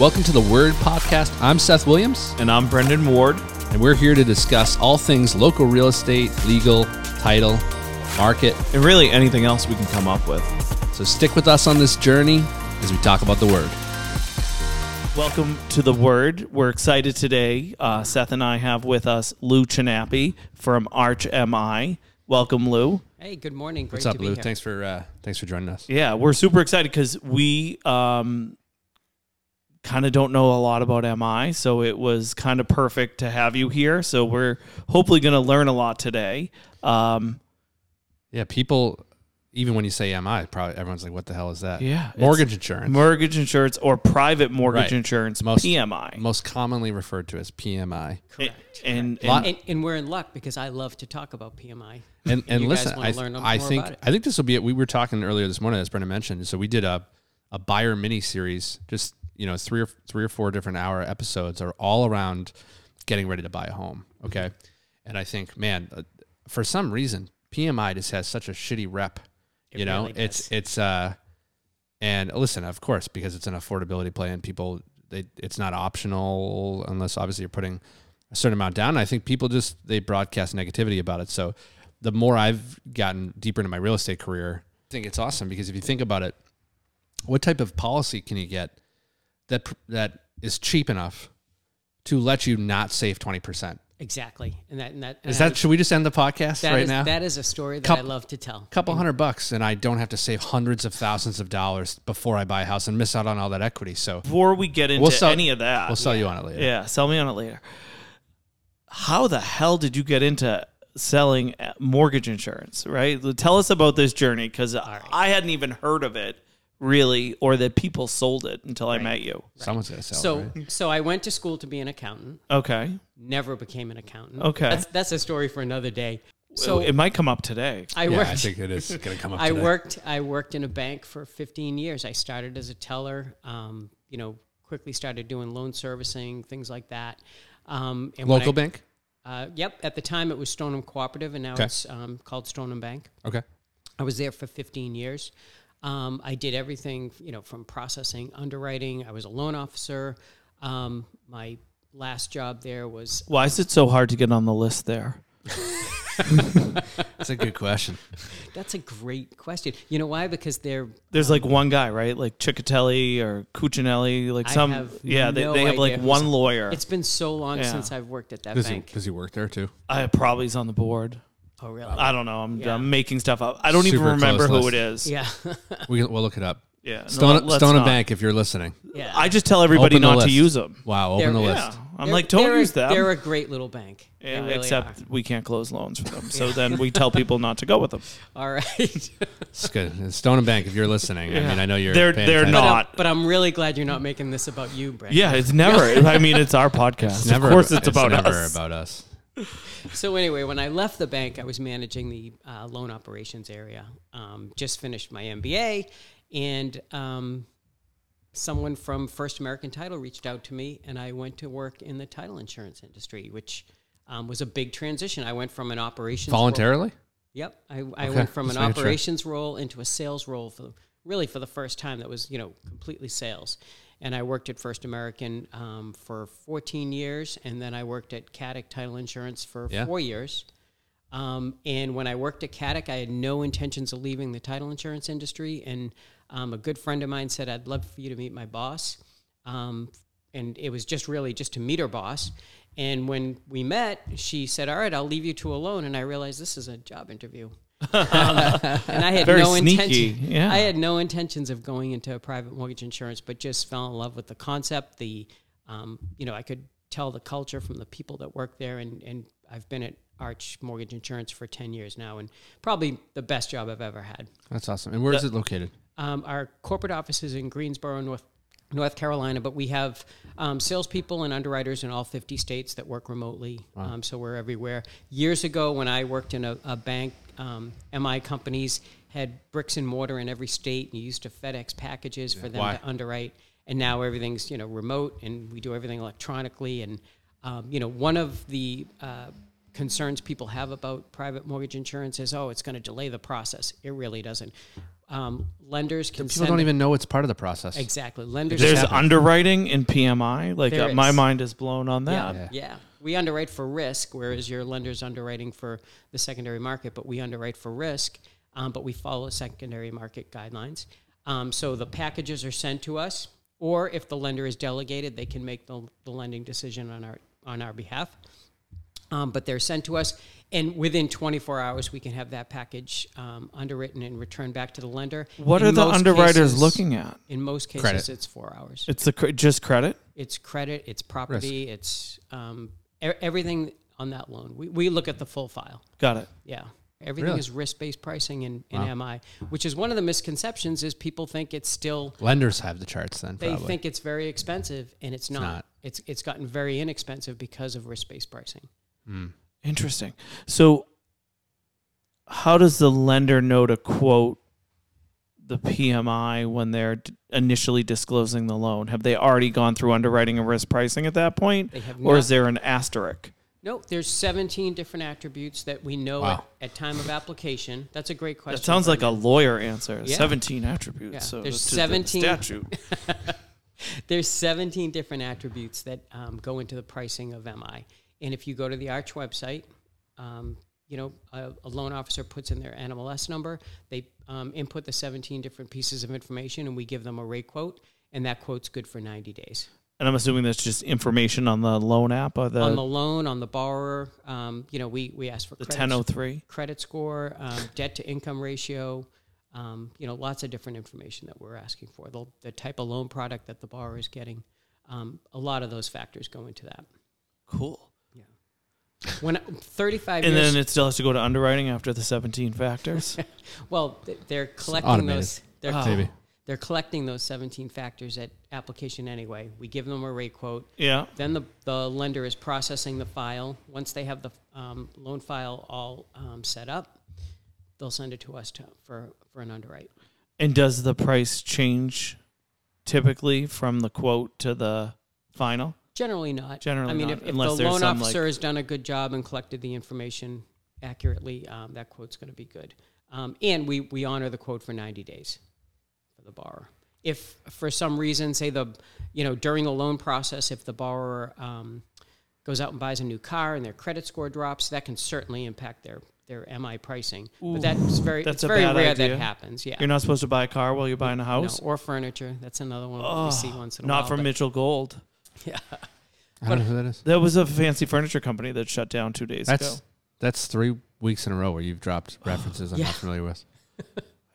Welcome to the Word Podcast. I'm Seth Williams, And I'm Brendan Ward. and we're here to discuss all things local real estate, legal, title, market. And really anything else we can come up with. So stick with us on this journey as we talk about the Word. Welcome to The Word. We're excited today. Uh, Seth and I have with us Lou Chinappy from Arch MI. Welcome, Lou. Hey, good morning. Great What's up, to be Lou? here. Thanks for uh, thanks for joining us. Yeah, we're super excited because we um, kind of don't know a lot about MI, so it was kind of perfect to have you here. So we're hopefully going to learn a lot today. Um, Yeah, people, even when you say MI, probably everyone's like, "What the hell is that?" Yeah, it's- mortgage insurance, mortgage insurance or private mortgage Right. insurance, Most- PMI. most commonly referred to as PMI. Correct. and, and Lot- And, and we're in luck because I love to talk about PMI. And, and you guys listen, wanna I, learn I more think about it. I think this will be it. We were talking earlier this morning, as Brenda mentioned. So we did a a buyer mini series, just you know, three or three or four different hour episodes are all around getting ready to buy a home. Okay, and I think, man, uh, for some reason, PMI just has such a shitty rep. you know, really it's does. it's uh, and listen, of course, because it's an affordability play, and people, they, it's not optional unless obviously you're putting a certain amount down. I think people just they broadcast negativity about it. So the more I've gotten deeper into my real estate career, I think it's awesome because if you think about it, what type of policy can you get that pr- that is cheap enough to let you not save twenty percent? Exactly. And that and that Is and that should we just end the podcast I- that right is- now? That is a story that I Couple- love to tell. couple hundred bucks and I don't have to save hundreds of thousands of dollars before I buy a house and miss out on all that equity. So before we get into We'll sell- any of that, we'll sell you on it later. yeah, sell me on it later. How the hell did you get into selling uh, mortgage insurance? Right, tell us about this journey because I hadn't even heard of it really, or that people sold it until I met you. Someone's gonna sell So it. right? so I went to school to be an accountant. Okay, Never became an accountant. Okay. That's that's a story for another day. so So it might come up today. I Yeah, worked I think it is gonna come up. I today. worked. I worked in a bank for 15 years. I started as a teller. Um, you know, quickly started doing loan servicing, things like that. Um, and when local I- bank? Uh, yep. At the time, it was Stoneham Cooperative, and now Okay. it's um, called Stoneham Bank. Okay. I was there for 15 years. Um, I did everything, you know, from processing, underwriting. I was a loan officer. Um, my last job there was Why is it so hard to get on the list there? That's a good question. that's a great question. You know why? Because they're There's like one guy, right? Like Ciccatelli or Cuccinelli, like I some. have yeah, they, no they have like idea who's- one lawyer. it's been so long Yeah. since I've worked at that Does he, bank. does he work there too? I probably is on the board. oh, really? I don't know. I'm, Yeah. I'm making stuff up. I don't even Super remember close who list. it is. yeah, We can, we'll look it up. Yeah, no, Stone, let's Stone not. and Bank, if you're listening. yeah. I just tell everybody Open the not to list. use them. Wow, There- open the yeah. list. I'm They're- like, don't they're use a, They're them. a great little bank. They Yeah, really except are. we can't close loans for them. So then we tell people not to go with them. all right. It's good. Stone and Bank, if you're listening. I mean, I know you're. They're- paying they're attention. But I'm- not. But I'm really glad you're not making this about you, Brett. Yeah, it's never. I mean, it's our podcast. It's never, of course, it's, about never us. about us. So anyway, when I left the bank, I was managing the uh, loan operations area. Um, just finished my MBA, and um, someone from First American Title reached out to me, and I went to work in the title insurance industry, which um, was a big transition. I went from an operations role- Voluntarily? Yep, I, I Okay, went from just an making sure. operations role into a sales role for really for the first time that was you know completely sales, and I worked at First American um, for 14 years, and then I worked at Caddick Title Insurance for Yeah. four years. Um, and when I worked at Caddick, I had no intentions of leaving the title insurance industry. And um, a good friend of mine said, "I'd love for you to meet my boss." Um, and it was just really just to meet her boss. And when we met, she said, "All right, I'll leave you two alone." And I realized this is a job interview. um, and I had Very no sneaky, intention. yeah. I had no intentions of going into private mortgage insurance, but just fell in love with the concept. The, um, you know, I could tell the culture from the people that work there, and and I've been at Arch Mortgage Insurance for ten years now, and probably the best job I've ever had. That's awesome. And where is it located? Um, our corporate office is in Greensboro, North North Carolina, but we have um, salespeople and underwriters in all 50 states that work remotely. Um, so we're everywhere. Years ago, when I worked in a, a bank, um, MI companies had bricks and mortar in every state, and you used to FedEx packages for them Why? to underwrite. And now everything's you know remote, and we do everything electronically. And um, you know, one of the uh, concerns people have about private mortgage insurance is, oh, it's going to delay the process. It really doesn't. Uh, Um, lenders can People send don't even know it's part of the process. exactly lenders. There's happened. underwriting in PMI. Like There uh, my is. mind is blown on that. yeah, Um, yeah. We underwrite for risk, whereas your lender's underwriting for the secondary market, but we underwrite for risk, um, but we follow secondary market guidelines. Um, so the packages are sent to us, or if the lender is delegated, they can make the, the lending decision on our on our behalf. Um, but they're sent to us, and within 24 hours, we can have that package um, underwritten and returned back to the lender. What In are the most underwriters cases- looking at? In most cases, Credit. it's four hours It's the cre- just credit. it's credit, it's property, it's um, e- everything on that loan. We, we look at the full file. Got it. Yeah. Everything Really? is risk-based pricing in, in MI, which is one of the misconceptions is people think it's still Lenders have the charts then. they Probably. think it's very expensive and it's not. not. It's it's gotten very inexpensive because of risk-based pricing. Hmm. Interesting. So, how does the lender know to quote the PMI when they're d- initially disclosing the loan? Have they already gone through underwriting and risk pricing at that point? They have or is not. there an asterisk? No, there's 17 different attributes that we know Wow. at, at time of application. That's a great question. That sounds like a Brendan. lawyer answer. Yeah. 17 attributes. Yeah. So There's to the 17 statute. There's 17 different attributes that um, go into the pricing of MI. And if you go to the Arch website, um, you know, a, a loan officer puts in their NMLS number. They um, input the 17 different pieces of information, and we give them a rate quote, and that quote's good for 90 days And I'm assuming that's just information on the loan app or the, on the loan, on the borrower. Um, you know, we we ask for the credit- 1003. credit score, um, debt to income ratio. Um, you know, lots of different information that we're asking for. The, the type of loan product that the borrower is getting. Um, a lot of those factors go into that. Cool. When 35 And years, then it still has to go to underwriting after the 17 factors. well, th- they're collecting automated. those. They're, Maybe. they're collecting those 17 factors at application anyway. We give them a rate quote. yeah. Then the, the lender is processing the file. Once they have the um, loan file all um, set up, they'll send it to us to, for, for an underwrite. And does the price change typically from the quote to the final? Generally not. Generally I mean, not, if, if the unless there's loan some, like- officer has done a good job and collected the information accurately, um, that quote's going to be good. Um, and we, we honor the quote for 90 days for the borrower. If for some reason, say the, you know, during the loan process, if the borrower um, goes out and buys a new car and their credit score drops, that can certainly impact their, their MI pricing. but that's very, that's it's a very bad rare idea. that happens. Yeah. You're not supposed to buy a car while you're buying a No, house. or furniture. That's another one Oh, we see once in a not while. from but- Mitchell Gold. I don't know who that is. That was a fancy furniture company that shut down two days That's ago. that's three weeks in a row where you've dropped references I'm Yeah. not familiar with.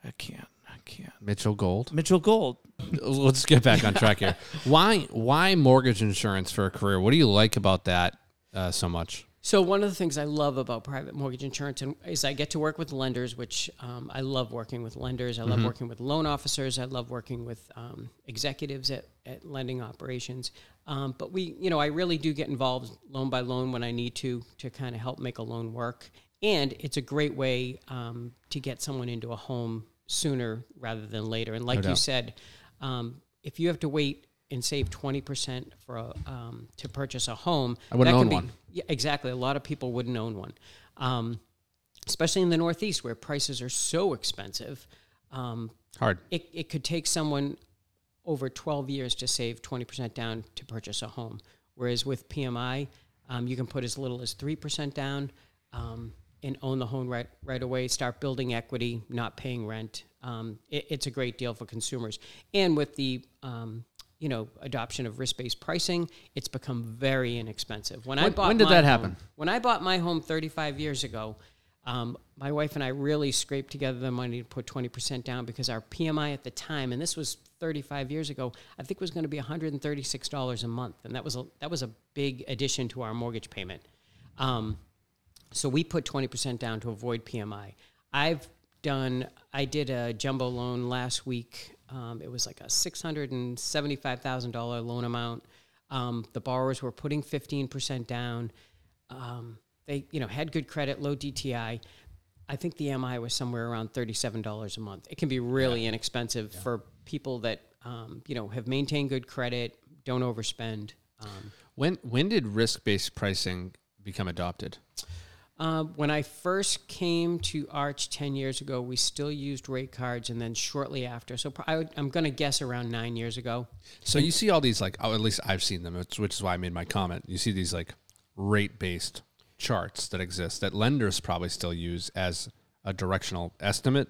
I can't. I can't. Mitchell Gold. Mitchell Gold. Let's get back on track here. Why why mortgage insurance for a career? What do you like about that uh, so much? So one of the things I love about private mortgage insurance and- is I get to work with lenders, which um, I love working with lenders. I love working with loan officers. I love working with um, executives at, at lending operations. Um, but we, you know, I really do get involved loan by loan when I need to to kind of help make a loan work. And it's a great way um, to get someone into a home sooner rather than later. And like you doubt. said, um, if you have to wait and save twenty percent for a, um, to purchase a home, I wouldn't that own can be, one. Yeah, exactly. A lot of people wouldn't own one, um, especially in the Northeast where prices are so expensive. Um, Hard. it, it could take someone over 12 years to save 20% down to purchase a home. Whereas with PMI, um, you can put as little as 3% down um, and own the home right, right away, start building equity, not paying rent. Um, it- it's a great deal for consumers. And with the um, you know, adoption of risk-based pricing, it's become very inexpensive. When, I When- bought when did my that home- happen? when I bought my home 35 years ago, um, my wife and I really scraped together the money to put 20% down because our PMI at the time, and this was 35 years ago, I think was going to be $136 a month. And that was a, that was a big addition to our mortgage payment. Um, so we put 20% down to avoid PMI. I've done, I did a jumbo loan last week. Um, it was like a $675,000 loan amount. Um, the borrowers were putting 15% down. Um, they, you know, had good credit, low DTI. I think the MI was somewhere around $37 a month. It can be really inexpensive for people that, um, you know, have maintained good credit, don't overspend. Um, When when did risk based pricing become adopted? Um, when I first came to Arch 10 years ago, we still used rate cards, and then shortly after, so pr- I would, I'm going to guess around nine years ago. So you see all these like, oh, at least I've seen them, which, which is why I made my comment. You see these like rate based charts that exist that lenders probably still use as a directional estimate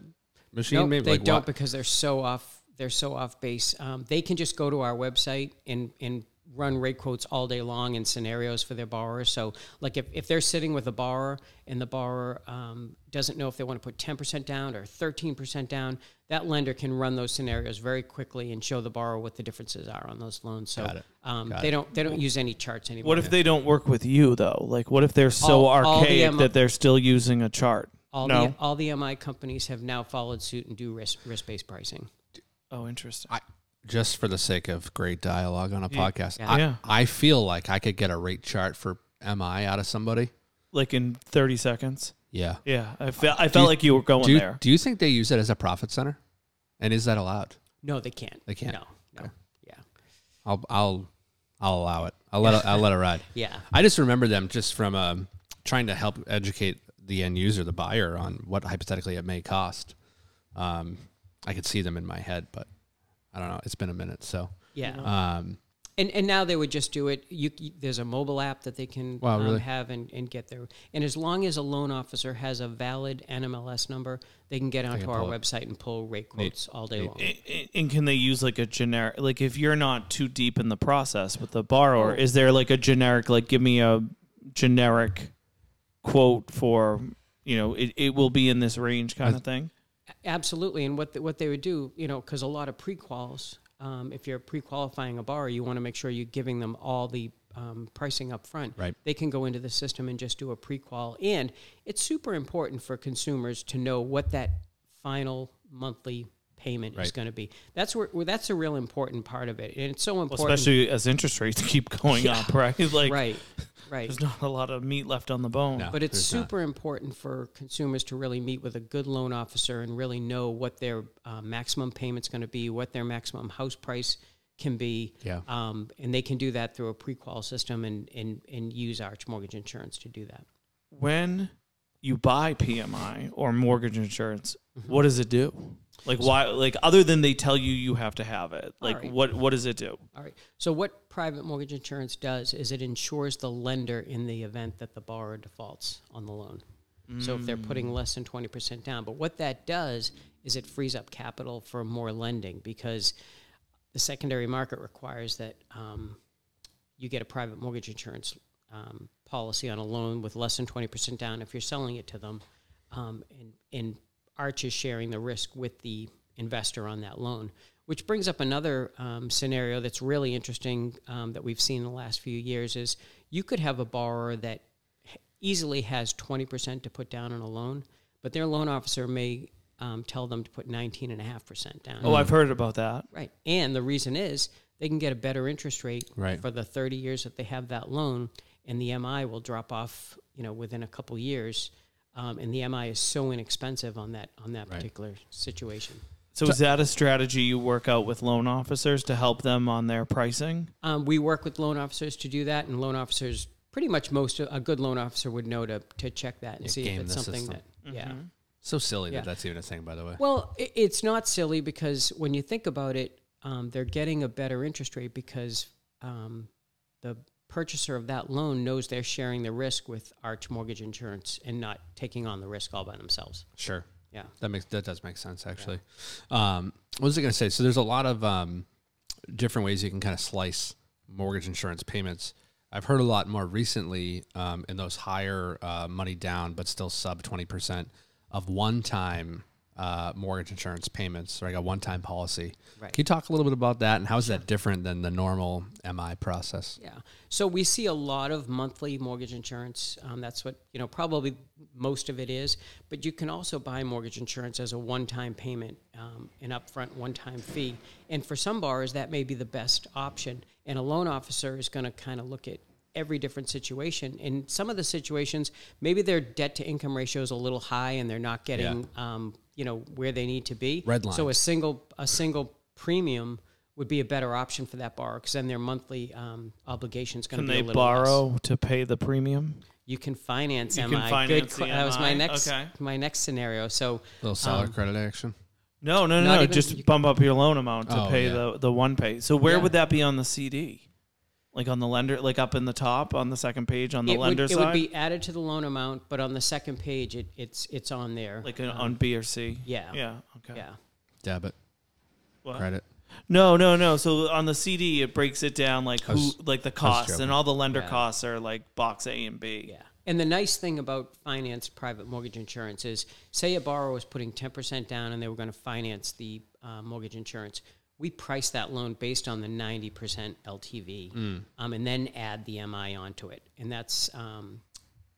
machine. Nope, maybe they like don't what- because they're so off. They're so off base. Um, they can just go to our website and and run rate quotes all day long and scenarios for their borrowers. So, like if, if they're sitting with a borrower and the borrower um, doesn't know if they want to put ten percent down or thirteen percent down, that lender can run those scenarios very quickly and show the borrower what the differences are on those loans. So Got it. Um, they don't they don't use any charts anymore. What if they don't work with you though? Like, what if they're so All- all the archaic M- that they're still using a chart? all no. the all the MI companies have now followed suit and do risk risk based pricing? oh, interesting. I, just for the sake of great dialogue on a podcast, I, Yeah. I feel like I could get a rate chart for MI out of somebody. like in thirty seconds. Yeah. Yeah, I felt I felt like you were going Do you, there. do you think they use it as a profit center? And is that allowed? No, they can't. They can't. No, no, yeah. I'll I'll I'll allow it. I'll let it, I'll let it ride. Yeah. I just remember them just from um, trying to help educate the end user, the buyer, on what hypothetically it may cost. Um, I could see them in my head, but I don't know. It's been a minute, so Yeah. um, And and now they would just do it. You, you- there's a mobile app that they can Wow, um, really? have and, and get their. And as long as a loan officer has a valid NMLS number, they can get onto can our pull it. website and pull rate quotes all day long. I- I- And can they use like a generic? Like, if you're not too deep in the process with the borrower, Oh. is there like a generic? Like, give me a generic quote for you know it, it will be in this range kind of thing. Absolutely. And what the, what they would do, you know, because a lot of pre-quals, um, if you're pre-qualifying a borrower, you want to make sure you're giving them all the um, pricing up front. Right. They can go into the system and just do a pre-qual, and it's super important for consumers to know what that final monthly payment is Right. going to be. That's where, where that's a real important part of it, and it's so important. Especially as interest rates keep going up, right? Like, right, right. there's not a lot of meat left on the bone. No. But it's There's not. super important for consumers to really meet with a good loan officer and really know what their uh, maximum payment's going to be, what their maximum house price can be. Yeah. Um, and they can do that through a pre-qual system and, and, and use Arch Mortgage Insurance to do that. When you buy PMI or mortgage insurance, Mm-hmm. what does it do? Like why? Like other than they tell you you have to have it, like right. what what does it do? All right. So what private mortgage insurance does is it insures the lender in the event that the borrower defaults on the loan. So if they're Mm. putting less than 20% down, but what that does is it frees up capital for more lending because the secondary market requires that um, you get a private mortgage insurance um, policy on a loan with less than 20% down if you're selling it to them. Um, and, and Arch is sharing the risk with the investor on that loan, which brings up another um, scenario that's really interesting um, that we've seen in the last few years is you could have a borrower that easily has 20% to put down on a loan, but their loan officer may um, tell them to put 19.5% down. Oh, I've heard about that. Right. And the reason is they can get a better interest rate Right. for the 30 years that they have that loan, and the MI will drop off, you know, within a couple years. Um, and the MI is so inexpensive on that on that particular situation. So is that a strategy you work out with loan officers to help them on their pricing? Um, we work with loan officers to do that, and loan officers pretty much most a good loan officer would know to to check that and Yeah, see game if it's the something system. Mm-hmm. that yeah. so silly Yeah. that that's even a thing. By the way, Well, i- it's not silly because when you think about it, um, they're getting a better interest rate because um, the purchaser of that loan knows they're sharing the risk with Arch Mortgage Insurance and not taking on the risk all by themselves. sure. Yeah. That makes that does make sense actually. Um, what was I going to say? So there's a lot of um, different ways you can kind of slice mortgage insurance payments. I've heard a lot more recently um, in those higher uh, money down, but still sub twenty percent of one time uh, mortgage insurance payments, like a one time policy. Right. Can you talk a little bit about that and how is that different than the normal MI process? Yeah. So we see a lot of monthly mortgage insurance. Um, that's what, you know, probably most of it is. But you can also buy mortgage insurance as a one time payment, um, an upfront one time fee. And for some borrowers, that may be the best option. And a loan officer is going to kind of look at every different situation. In some of the situations, maybe their debt to income ratio is a little high and they're not getting, um, you know, where they need to be. Red line. So a single a single premium would be a better option for that borrower because then their monthly um, obligation is going Can to be they a little less. borrow to pay the premium? You can finance You MI. can finance que- the That was my MI, next okay. my next scenario. So little seller Um, credit action. No, no, Not no, no. even- Just you- bump up your loan amount to Oh, pay yeah. the the one pay. So where Yeah. would that be on the CD? Like on the lender, like up in the top on the second page on the it, would, lender it side, would be added to the loan amount, but on the second page, it, it's it's on there. like an, on B or C. Uh-huh. yeah, yeah, Yeah. Okay. Debit. What? Credit. No, no, no. So on the CD, it breaks it down like who, I was- like the costs, joking. and all the lender Yeah. costs are like box A and B. yeah. And the nice thing about finance private mortgage insurance is, say a borrower was putting ten percent down and they were going to finance the uh, mortgage insurance, we price that loan based on the ninety percent LTV, um, and then add the MI onto it, and that's. Um,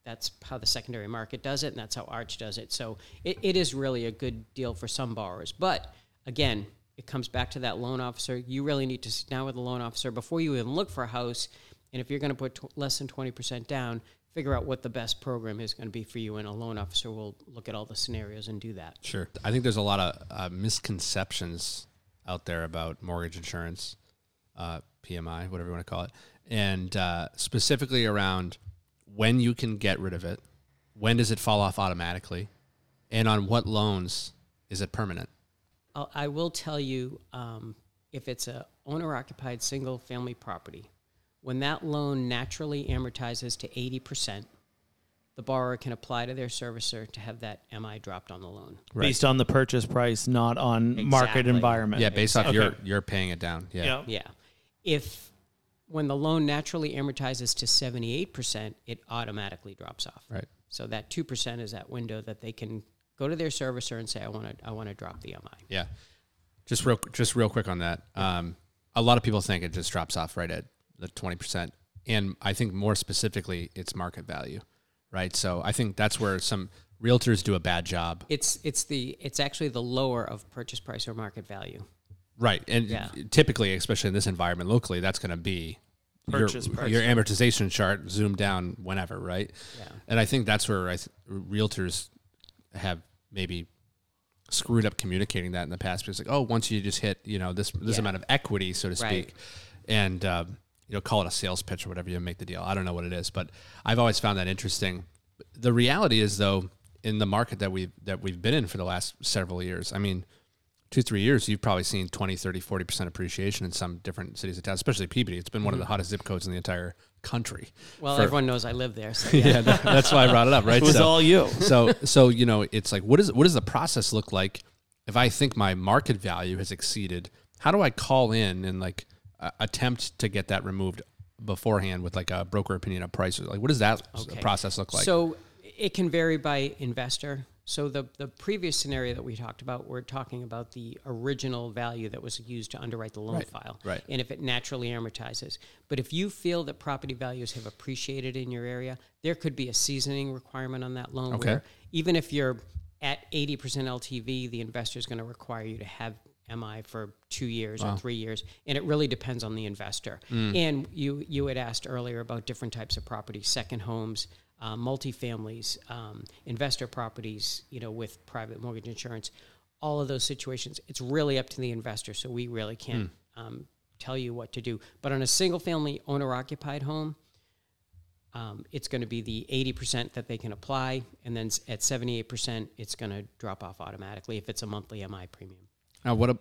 that's how the secondary market does it, and that's how Arch does it. So it, it is really a good deal for some borrowers. But again, it comes back to that loan officer. You really need to sit down with the loan officer before you even look for a house. And if you're going to put tw less than 20% down, figure out what the best program is going to be for you, and a loan officer will look at all the scenarios and do that. Sure. I think there's a lot of uh, misconceptions out there about mortgage insurance, uh, PMI, whatever you want to call it, and uh, specifically around when you can get rid of it, when does it fall off automatically, and on what loans is it permanent? I'll, I will tell you um, if it's a owner occupied single family property, when that loan naturally amortizes to 80%, the borrower can apply to their servicer to have that MI dropped on the loan. Right. Based on the purchase price, not on market Exactly. environment. Yeah, based off Okay. your you're paying it down. Yeah. Yeah. Yeah. If when the loan naturally amortizes to 78%, it automatically drops off. Right. So that 2% is that window that they can go to their servicer and say, I want to I want to drop the MI. Yeah. Just real just real quick on that. Um, a lot of people think it just drops off right at the 20%. And I think more specifically it's market value, right? So I think that's where some realtors do a bad job. It's it's the it's actually the lower of purchase price or market value. Right. And Yeah. typically, especially in this environment locally, that's going to be your- Purchase your, price. amortization chart zoomed down whenever, right? Yeah. And I think that's where I th- realtors have maybe screwed up communicating that in the past because like, oh, once you just hit, you know, this this Yeah. amount of equity, so to speak, Right. and um, you know, call it a sales pitch or whatever you make the deal. I don't know what it is, but I've always found that interesting. The reality is though, in the market that we've that we've been in for the last several years, I mean, two, three years, you've probably seen 20, 30, 40% appreciation in some different cities and towns, especially Peabody. It's been one of the hottest zip codes in the entire country. Well, for- everyone knows I live there. So yeah. yeah, that- that's why I brought it up, right? It was So- all you. so so you know it's like what is what does the process look like if i think my market value has exceeded how do i call in and like uh, attempt to get that removed beforehand with like a broker opinion of prices like what does that s- Okay. process look like So it can vary by investor. So the the previous scenario that we talked about, we're talking about the original value that was used to underwrite the loan file, right. And if it naturally amortizes, but if you feel that property values have appreciated in your area, there could be a seasoning requirement on that loan. Okay. Where even if you're at eighty percent LTV, the investor is going to require you to have MI for two years or three years, and it really depends on the investor. And you you had asked earlier about different types of properties, second homes, uh, multifamilies, um, investor properties, you know, with private mortgage insurance. All of those situations, it's really up to the investor. So we really can't um, tell you what to do. But on a single family owner occupied home, um, it's going to be the 80% that they can apply. And then s- at 78%, it's going to drop off automatically if it's a monthly MI premium. now what a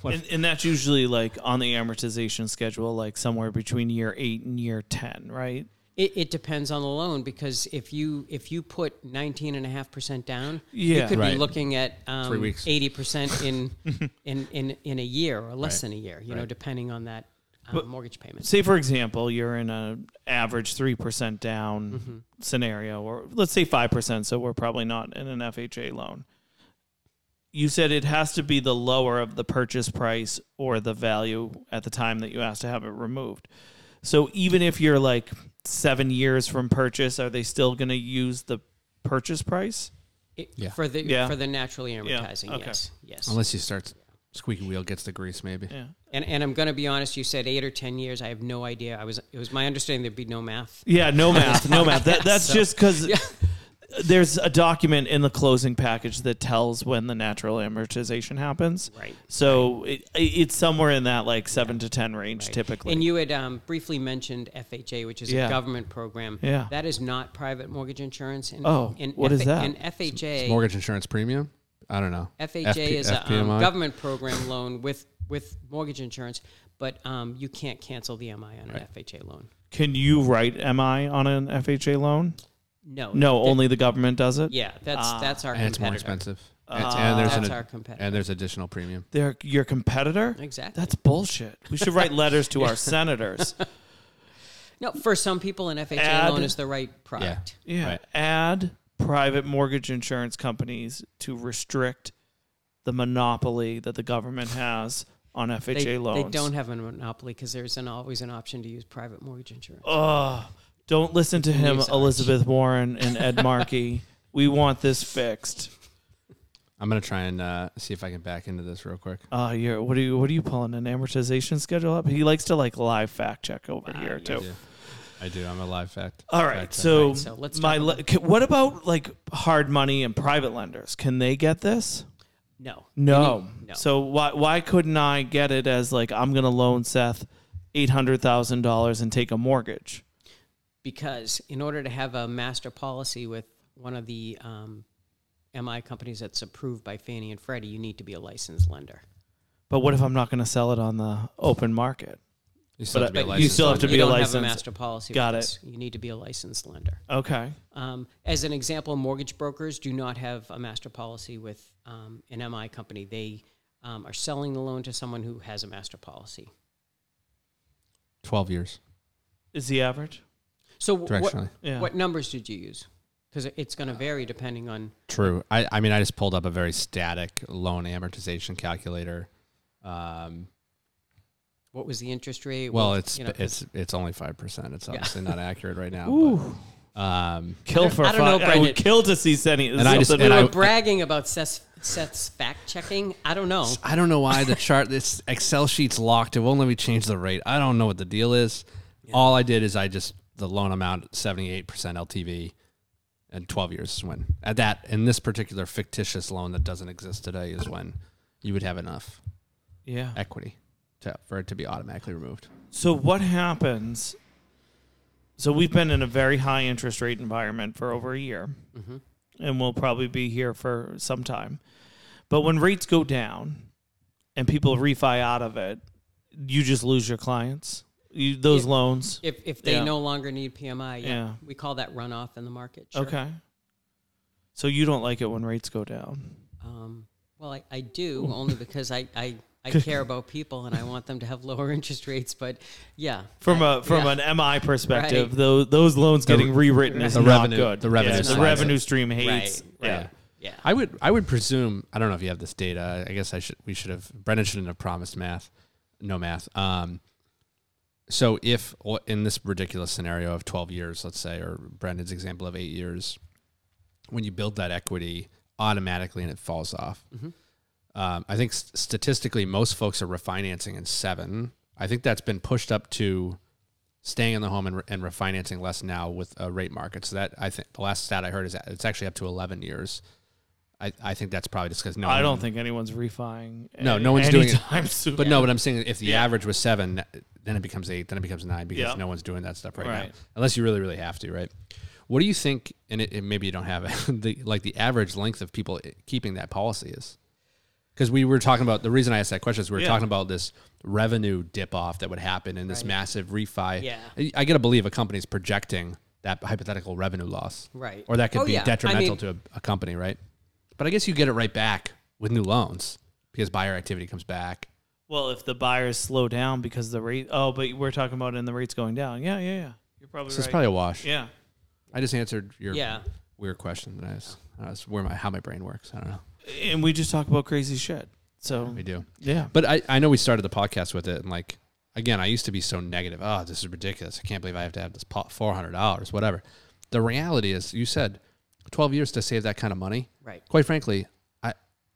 what And, and that's usually like on the amortization schedule, like somewhere between year eight and year 10, right? It, it depends on the loan because if you if you put 19.5% down, you Yeah. could be Right. looking at um, Three weeks. 80% in, in, in, in a year or less Right. than a year, you know, Right. depending on that um, mortgage payment. Say, for example, you're in a average 3% down scenario, or let's say 5%, so we're probably not in an FHA loan. You said it has to be the lower of the purchase price or the value at the time that you asked to have it removed. So even if you're like seven years from purchase, are they still going to use the purchase price? It- Yeah. For the Yeah. for the naturally amortizing, okay. yes, yes. unless you start squeaky wheel gets the grease maybe Yeah. And and I'm going to be honest. You said eight or ten years. I have no idea. I was it was my understanding there'd be no math. Yeah, no math, no math. That, that's just because there's a document in the closing package that tells when the natural amortization happens. Right. So it, it's somewhere in that like seven to ten range typically. And you had um, briefly mentioned FHA, which is Yeah. a government program. Yeah. That is not private mortgage insurance. And, Oh, and what is that? And FHA, Mortgage insurance premium? I don't know. FHA FP is a um, FPMI? government program loan with, with mortgage insurance, but um, you can't cancel the MI on an FHA loan. Can you write MI on an FHA loan? No. No, Ah. Th- only the government does it. Yeah, that's that's our And it's more competitor. expensive. Uh, and, and there's That's an, our competitor. And there's additional premium. They're your competitor. Exactly. That's bullshit. We should write letters to our senators. no, for some people, an FHA Add- loan is the right product. Yeah. Right. Add private mortgage insurance companies to restrict the monopoly that the government has on FHA They, loans. they don't have a monopoly because there's an, always an option to use private mortgage insurance. Ugh. don't listen to him, News Elizabeth Warren and Ed Markey. we want this fixed. I'm going to try and uh, see if I can back into this real quick. Oh, you're what are you what are you pulling an amortization schedule up? He likes to like live fact check over Uh, here too. do. I do. I'm a live fact. All right, fact check. so, Right, so let's my talk le- ca- what about like hard money and private lenders? Can they get this? No. No. need- no. So why why couldn't I get it as like I'm gonna loan Seth eight hundred thousand dollars and take a mortgage? because in order to have a master policy with one of the um, MI companies that's approved by Fannie and Freddie, you need to be a licensed lender. But what if I'm not gonna sell it on the open market? You still but have to be a you licensed still have to lender. be you a don't have licensed- a master policy. with Got it. this. You need to be a licensed lender. Okay. Um, as an example, mortgage brokers do not have a master policy with um, an MI company. They um, are selling the loan to someone who has a master policy. 12 years Is the average? So wh- what, directionally. Yeah. what numbers did you use? Because it's going to vary depending on True. I, I mean, I just pulled up a very static loan amortization calculator. Um, what was the interest rate. what- well, it's you know, it's it's only five percent. It's obviously not accurate right now. Ooh. But, um, Kill I for don't- I don't know, five. I would Brendan. kill to see Seth. And I just- something- and we I- were bragging about Seth's, Seth's fact checking. I don't Oh. know. I don't know why the chart this Excel sheet's locked. It won't let me change the rate. I don't know what the deal is. All I did is I just the loan amount seventy eight percent LTV, and twelve years is when at that in this particular fictitious loan that doesn't exist today is when you would have enough yeah. equity to, for it to be automatically removed. So what happens? So we've been in a very high interest rate environment for over a year, and we'll probably be here for some time. But when rates go down and people refi out of it, you just lose your clients, you, those Yeah. loans. If, if they Yeah. no longer need PMI, yeah, Yeah. we call that runoff in the market. Sure. Okay. So you don't like it when rates go down. Um, well, I, I do only because I, I, I care about people and I want them to have lower interest rates. But yeah, From I- a from yeah. an MI perspective, Right. those those loans getting rewritten is the not revenue- good. the revenue Yeah, the slides. revenue stream hates. Right, Yeah. right. yeah. I would I would presume I don't know if you have this data. I guess I should we should have Brendan shouldn't have promised math, no math. Um, so if o- in this ridiculous scenario of twelve years, let's say, or Brendan's example of eight years, when you build that equity automatically and it falls off, Mm-hmm. um, I think s statistically most folks are refinancing in seven. I think that's been pushed up to staying in the home and, re- and refinancing less now with a rate market. So that I think the last stat I heard is that it's actually up to eleven years. I, I think that's probably just because no, I one- don't think anyone's refining. No, any- no one's doing it. anytime soon. But no, but I'm saying if the Yeah. average was seven, then it becomes eight, then it becomes nine because Yeah. no one's doing that stuff right, now, Right. unless you really, really have to, right? What do you think? And it, it, maybe you don't have it, the like the average length of people i- keeping that policy is because we were talking about the reason I asked that question is we were Yeah. talking about this revenue dip off that would happen in this Right. massive refi. Yeah. I, I gotta believe a company's projecting that hypothetical revenue loss, Right. Or that could Oh, be yeah. I detrimental mean- to a, a company, right? But I guess you get it right back with new loans because buyer activity comes back. Well, if the buyers slow down because the rate. Oh, but we're talking about in the rates going down. Yeah, yeah, yeah. You're probably So right. it's probably a wash. yeah. I just answered your Yeah. weird question that I was, I was where my how my brain works. I don't know. And we just talk about crazy shit. So We do. yeah, But I, I know we started the podcast with it and like again, I used to be so negative. Oh, this is ridiculous. I can't believe I have to have this pot four hundred dollars, whatever. The reality is you said twelve years to save that kind of money. Right. Quite frankly, I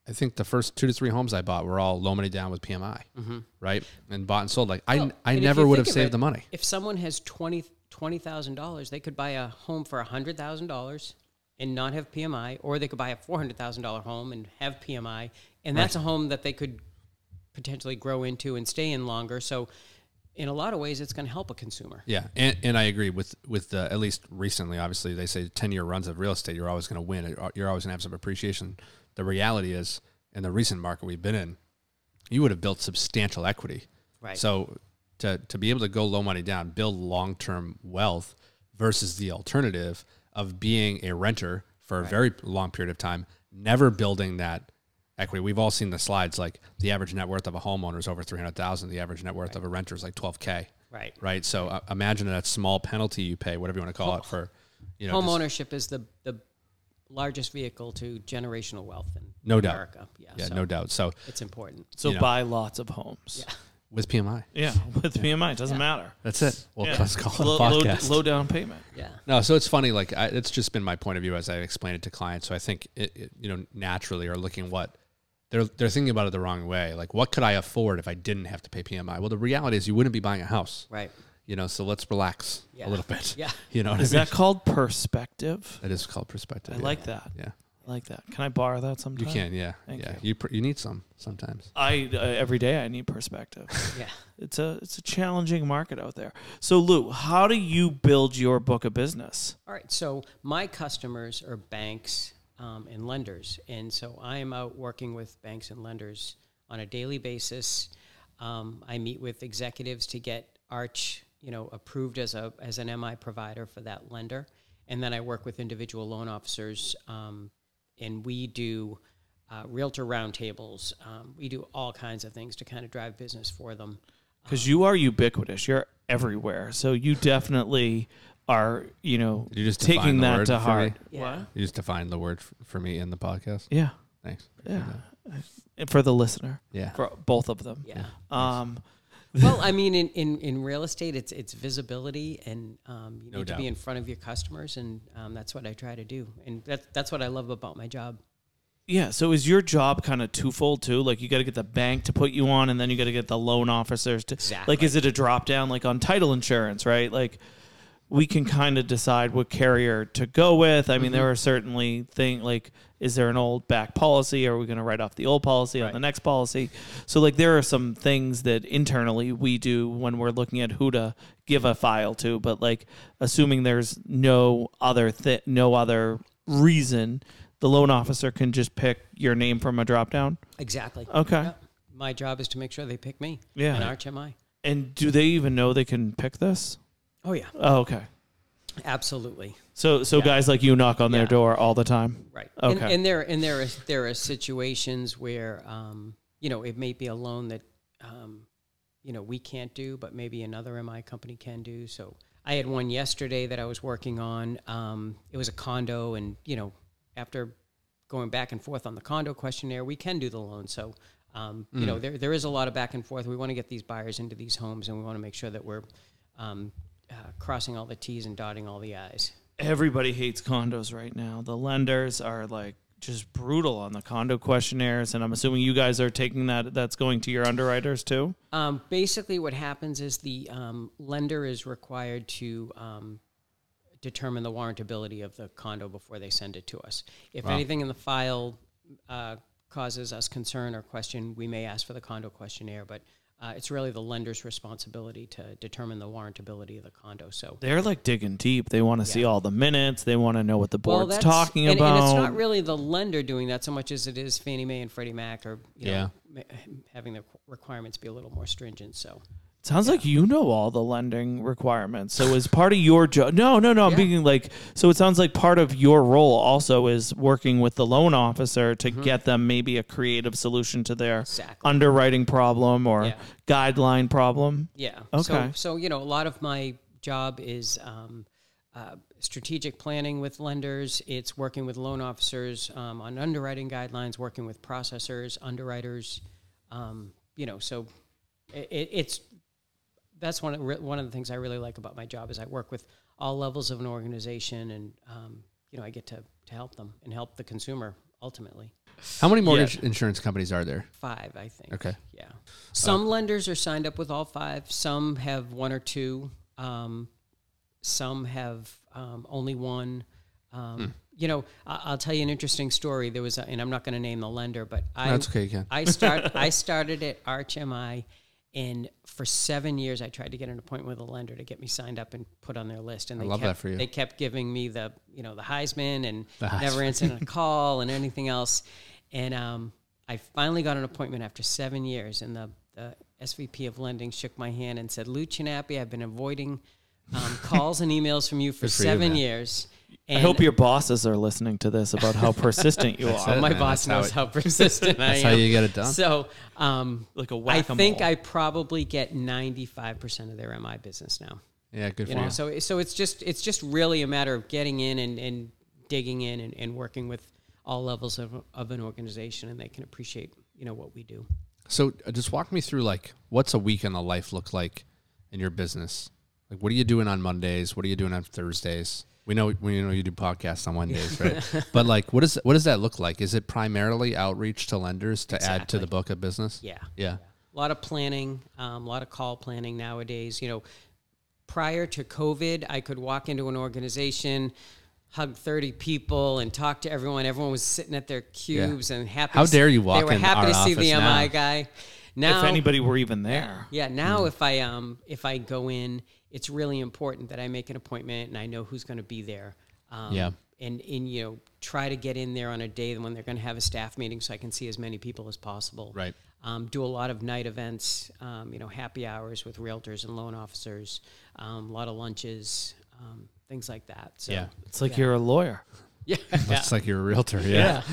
I think the first two to three homes I bought were all low money down with PMI. Mm-hmm. Right? And bought and sold. Like I Well, I and if never you would think have of saved it, the money. If someone has twenty twenty thousand dollars, they could buy a home for hundred thousand dollars and not have PMI, or they could buy a four hundred thousand dollar home and have PMI, and that's a home that they could potentially grow into and stay in longer. So, in a lot of ways, it's going to help a consumer. Yeah, and, and I agree with with the, at least recently. Obviously, they say ten year runs of real estate, you're always going to win. uh, You're always going to have some appreciation. The reality is, in the recent market we've been in, you would have built substantial equity. Right. So to to be able to go low money down, build long term wealth versus the alternative of being a renter for a very long period of time, never building that equity. We've all seen the slides like the average net worth of a homeowner is over 300,000, the average net worth of a renter is like 12k Right. right? So uh, imagine that small penalty you pay, whatever you want to call it, for you know, Home just- ownership is the the largest vehicle to generational wealth in no doubt, America. Yeah. yeah, so no doubt. So It's important. So You know. buy lots of homes. with PMI, Yeah, with PMI, it doesn't matter. that's it. Well, Yeah. let's call it a Low, low, podcast. low down payment. Yeah. No, so it's funny. Like I, it's just been my point of view as I explain it to clients. So I think it, it, you know naturally are looking what they're they're thinking about it the wrong way. Like what could I afford if I didn't have to pay PMI? Well, the reality is you wouldn't be buying a house, Right. you know. So let's relax a Yeah. little bit. Yeah. you know what Is I mean? that called perspective? that is called perspective. I yeah. like that. Yeah, I like that. Can I borrow that sometime? you can. Yeah, Thank yeah. you. You pr- you need some sometimes. I uh, every day I need perspective. Yeah. it's a it's a challenging market out there. So Lou, how do you build your book of business? All right. So my customers are banks um, and lenders, and so I am out working with banks and lenders on a daily basis. Um, I meet with executives to get Arch, you know, approved as a as an MI provider for that lender, and then I work with individual loan officers, um, and we do. Uh, realtor roundtables. Um, we do all kinds of things to kind of drive business for them. Because you are ubiquitous. You're everywhere. So you definitely are. You know, You just define taking the that word to for heart. me. Yeah. What? You just defined the word f- for me in the podcast. Yeah. Thanks. Yeah. And for the listener, Yeah. for both of them. Yeah. Um, well, I mean, in, in, in real estate, it's it's visibility, and um, you No need to doubt. be in front of your customers, and um, that's what I try to do, and that's that's what I love about my job. yeah. So is your job kind of twofold too? Like you got to get the bank to put you on, and then you got to get the loan officers to. Exactly. Like, is it a drop down like on title insurance? Right. Like, we can kind of decide what carrier to go with. I mean, Mm-hmm. there are certainly things like, is there an old back policy? Are we going to write off the old policy on the next policy? So, like, there are some things that internally we do when we're looking at who to give a file to. But like, assuming there's no other thi- no other reason, the loan officer can just pick your name from a drop down. Exactly. Okay. My job is to make sure they pick me. Yeah. And Arch MI. And do they even know they can pick this? Oh yeah, Oh, okay. absolutely. So, so guys like you knock on their Yeah. door all the time. Right. And, Okay. and there and there are there are situations where um, you know it may be a loan that um, you know we can't do, but maybe another MI company can do. So I had one yesterday that I was working on. Um, it was a condo, and you know after going back and forth on the condo questionnaire, we can do the loan. So. Um, You know, there, there is a lot of back and forth. We want to get these buyers into these homes, and we want to make sure that we're um, uh, crossing all the T's and dotting all the I's. everybody hates condos right now. The lenders are like just brutal on the condo questionnaires, and I'm assuming you guys are taking that. That's going to your underwriters too. Um, basically, what happens is the um, lender is required to um, determine the warrantability of the condo before they send it to us. If anything in the file uh, causes us concern or question, we may ask for the condo questionnaire, but uh, it's really the lender's responsibility to determine the warrantability of the condo. So. They're like digging deep. They want to see all the minutes. They want to know what the board's that's- talking and, about. and it's not really the lender doing that so much as it is Fannie Mae and Freddie Mac, or you know, ma- having the requirements be a little more stringent. So Sounds like you know all the lending requirements. So is part of your job? No, no, no. I'm being like, so it sounds like part of your role also is working with the loan officer to get them maybe a creative solution to their Exactly. underwriting problem or Yeah. guideline problem. Yeah. Okay. So, so you know, a lot of my job is um, uh, strategic planning with lenders. It's working with loan officers um, on underwriting guidelines, working with processors, underwriters. Um, you know, so it, it, it's that's one of, re- one of the things I really like about my job is I work with all levels of an organization, and um, you know, I get to to help them and help the consumer ultimately. How many mortgage insurance companies are there? five, I think. Okay. Uh, Yeah. Some lenders are signed up with all five. Some have one or two. Um, some have um, only one. Um, Hmm. You know, I, I'll tell you an interesting story. There was, a, and I'm not going to name the lender, but I That's okay. You can. I start I started at ArchMI, and for seven years I tried to get an appointment with a lender to get me signed up and put on their list. And they love kept, that for you. They kept giving me the you know the Heisman and Heisman. never answering a call and anything else. And um, I finally got an appointment after seven years, and the, the SVP of lending shook my hand and said, "Lou Chinappi, I've been avoiding." Um, calls and emails from you for, for you, seven man. years. I And hope your bosses are listening to this about how persistent you it. are. my man, that's boss how knows it- how, persistent I am. That's how you get it done. So, um, Like a I whack-a-mole. think I probably get ninety five percent of their MI business now. yeah, good for You know, you. so so it's just it's just really a matter of getting in and, and digging in and, and working with all levels of, of an organization, and they can appreciate you know what we do. So uh, just walk me through like what's a week in the life look like in your business? Like what are you doing on Mondays? What are you doing on Thursdays? We know we know you do podcasts on Mondays, right? but like what is what does that look like? Is it primarily outreach to lenders to add to the book of business? Yeah, Yeah. a lot of planning, um, a lot of call planning nowadays. You know, prior to COVID, I could walk into an organization. Hug thirty people and talk to everyone. Everyone was sitting at their cubes and happy. How to s- dare you walk They were in happy our to see the office now. MI guy. Now, if anybody were even there. Yeah, Hmm. now if I um if I go in, it's really important that I make an appointment and I know who's going to be there. Um, Yeah. And and you know try to get in there on a day when they're going to have a staff meeting so I can see as many people as possible. Right. Um, do a lot of night events, um, you know, happy hours with realtors and loan officers, um, a lot of lunches, um, things like that. So, Yeah. It's like you're a lawyer. yeah, It's like you're a realtor. Yeah.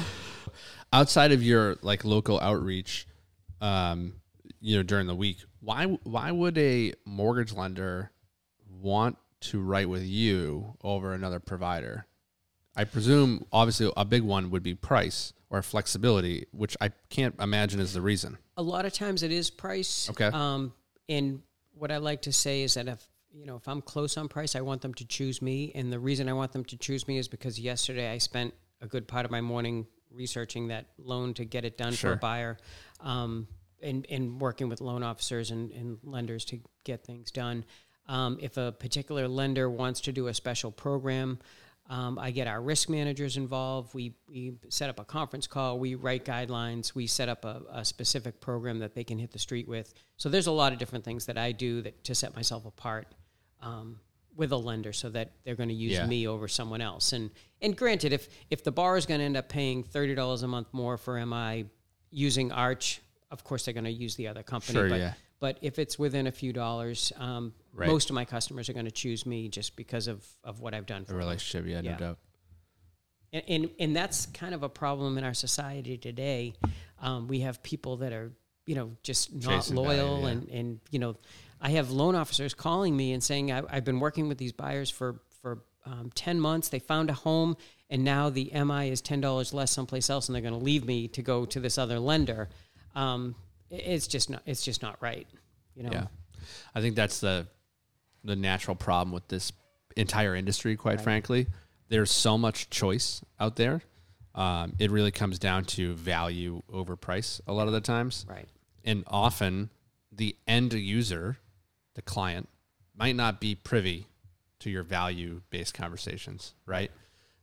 Outside of your like local outreach, um, you know, during the week, why why would a mortgage lender want to write with you over another provider? I presume obviously a big one would be price or flexibility, which I can't imagine is the reason. a lot of times it is price. Okay. Um, and what I like to say is that if you know if I'm close on price, I want them to choose me, and the reason I want them to choose me is because yesterday I spent a good part of my morning researching that loan to get it done for Sure. a buyer, um, and and working with loan officers and, and lenders to get things done. Um, if a particular lender wants to do a special program, um, I get our risk managers involved. We, we set up a conference call. We write guidelines. We set up a, a specific program that they can hit the street with. So there's a lot of different things that I do that to set myself apart um, with a lender, so that they're going to use Yeah. me over someone else. And and granted, if if the bar is going to end up paying thirty dollars a month more for MI using Arch, of course they're going to use the other company. Sure, but, yeah. but if it's within a few dollars, um, Right. most of my customers are going to choose me just because of, of what I've done for The relationship, yeah, no Yeah. doubt. and, and and that's kind of a problem in our society today. Um, we have people that are you know just not Chasing loyal, value, yeah. and and you know, I have loan officers calling me and saying I, I've been working with these buyers for for um, ten months. They found a home, and now the MI is ten dollars less someplace else, and they're going to leave me to go to this other lender. Um, it- it's just not it's just not right, you know. Yeah. I think that's the the natural problem with this entire industry, quite frankly. There's so much choice out there. Um, it really comes down to value over price a lot of the times. Right. And often the end user, the client, might not be privy to your value based conversations, right?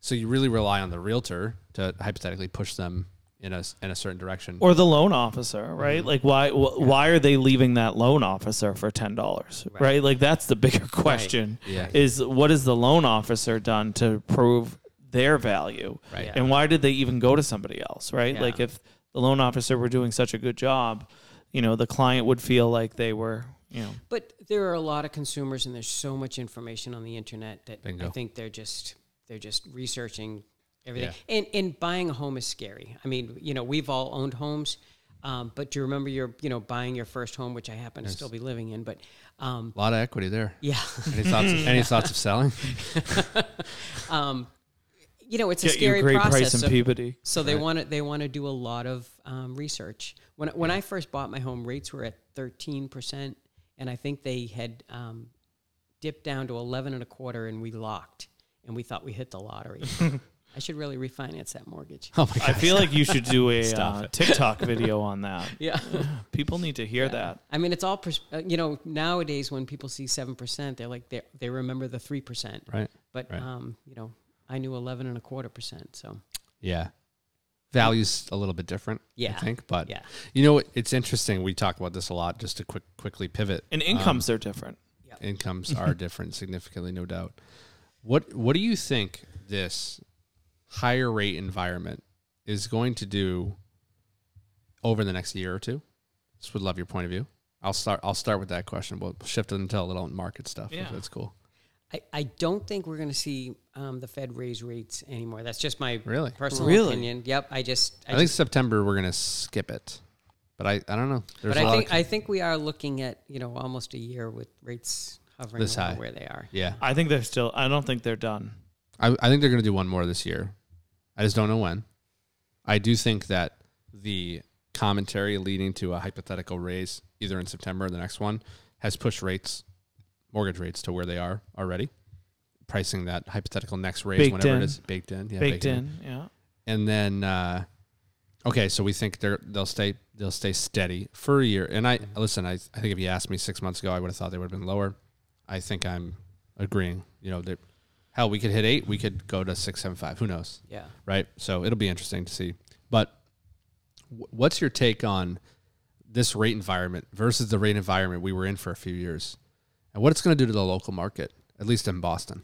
So you really rely on the realtor to hypothetically push them in a, s- in a certain direction. Or the loan officer, right? Like why wh- why are they leaving that loan officer for $10, right? Like that's the bigger question. Yeah. Is what has the loan officer done to prove their value? Right. And why did they even go to somebody else, right? Yeah. Like if the loan officer were doing such a good job, you know, the client would feel like they were, you know, But there are a lot of consumers, and there's so much information on the internet that Bingo. I think they're just they're just researching everything. Yeah. And and buying a home is scary. I mean, you know, we've all owned homes, um, but do you remember your you know buying your first home, which I happen to still be living in? But um, a lot of equity there. yeah, Any thoughts? Of, any thoughts of selling? Um, you know, it's a get you scary great process. price and So- Peabody. So they want to they want to do a lot of um, research. When when I first bought my home, rates were at thirteen percent, and I think they had um, dipped down to eleven and a quarter, and we locked, and we thought we hit the lottery. I should really refinance that mortgage. Oh my I gosh. feel like you should do a uh, TikTok video on that. Yeah, People need to hear that. I mean it's all pers- uh, you know nowadays when people see seven percent, they're like they they remember the three percent, Right. but Right. um, you know I knew 11 and a quarter percent. So Yeah. Values a little bit different, I Yeah. think. But Yeah. you know, it's interesting. We talk about this a lot. Just to quick, quickly pivot. And incomes are different. incomes are different significantly, no doubt. What What do you think this higher rate environment is going to do over the next year or two? Just would love your point of view. I'll start. I'll start with that question. We'll shift it into a little market stuff. Yeah. if that's cool. I, I don't think we're going to see um, the Fed raise rates anymore. That's just my Really? personal Really? opinion. Yep. I just, I, think September we're gonna skip it, but I I don't know. There's a but I lot think of, I think we are looking at you know almost a year with rates hovering This around high. where they are. yeah. I think they're still. I don't think they're done. I, I think they're going to do one more this year. I just don't know when. I do think that the commentary leading to a hypothetical raise, either in September or the next one, has pushed rates, mortgage rates, to where they are already. Pricing that hypothetical next raise, Baked whenever in. it is, baked in, yeah, Baked in. Yeah. and then uh, okay, so we think they're they'll stay they'll stay steady for a year. And I listen, I, I think if you asked me six months ago, I would have thought they would have been lower. I think I'm agreeing. You know, that hell, we could hit eight, we could go to six, seven, five. Who knows? Yeah. right? So it'll be interesting to see. But wh- what's your take on this rate environment versus the rate environment we were in for a few years, and what it's going to do to the local market, at least in Boston?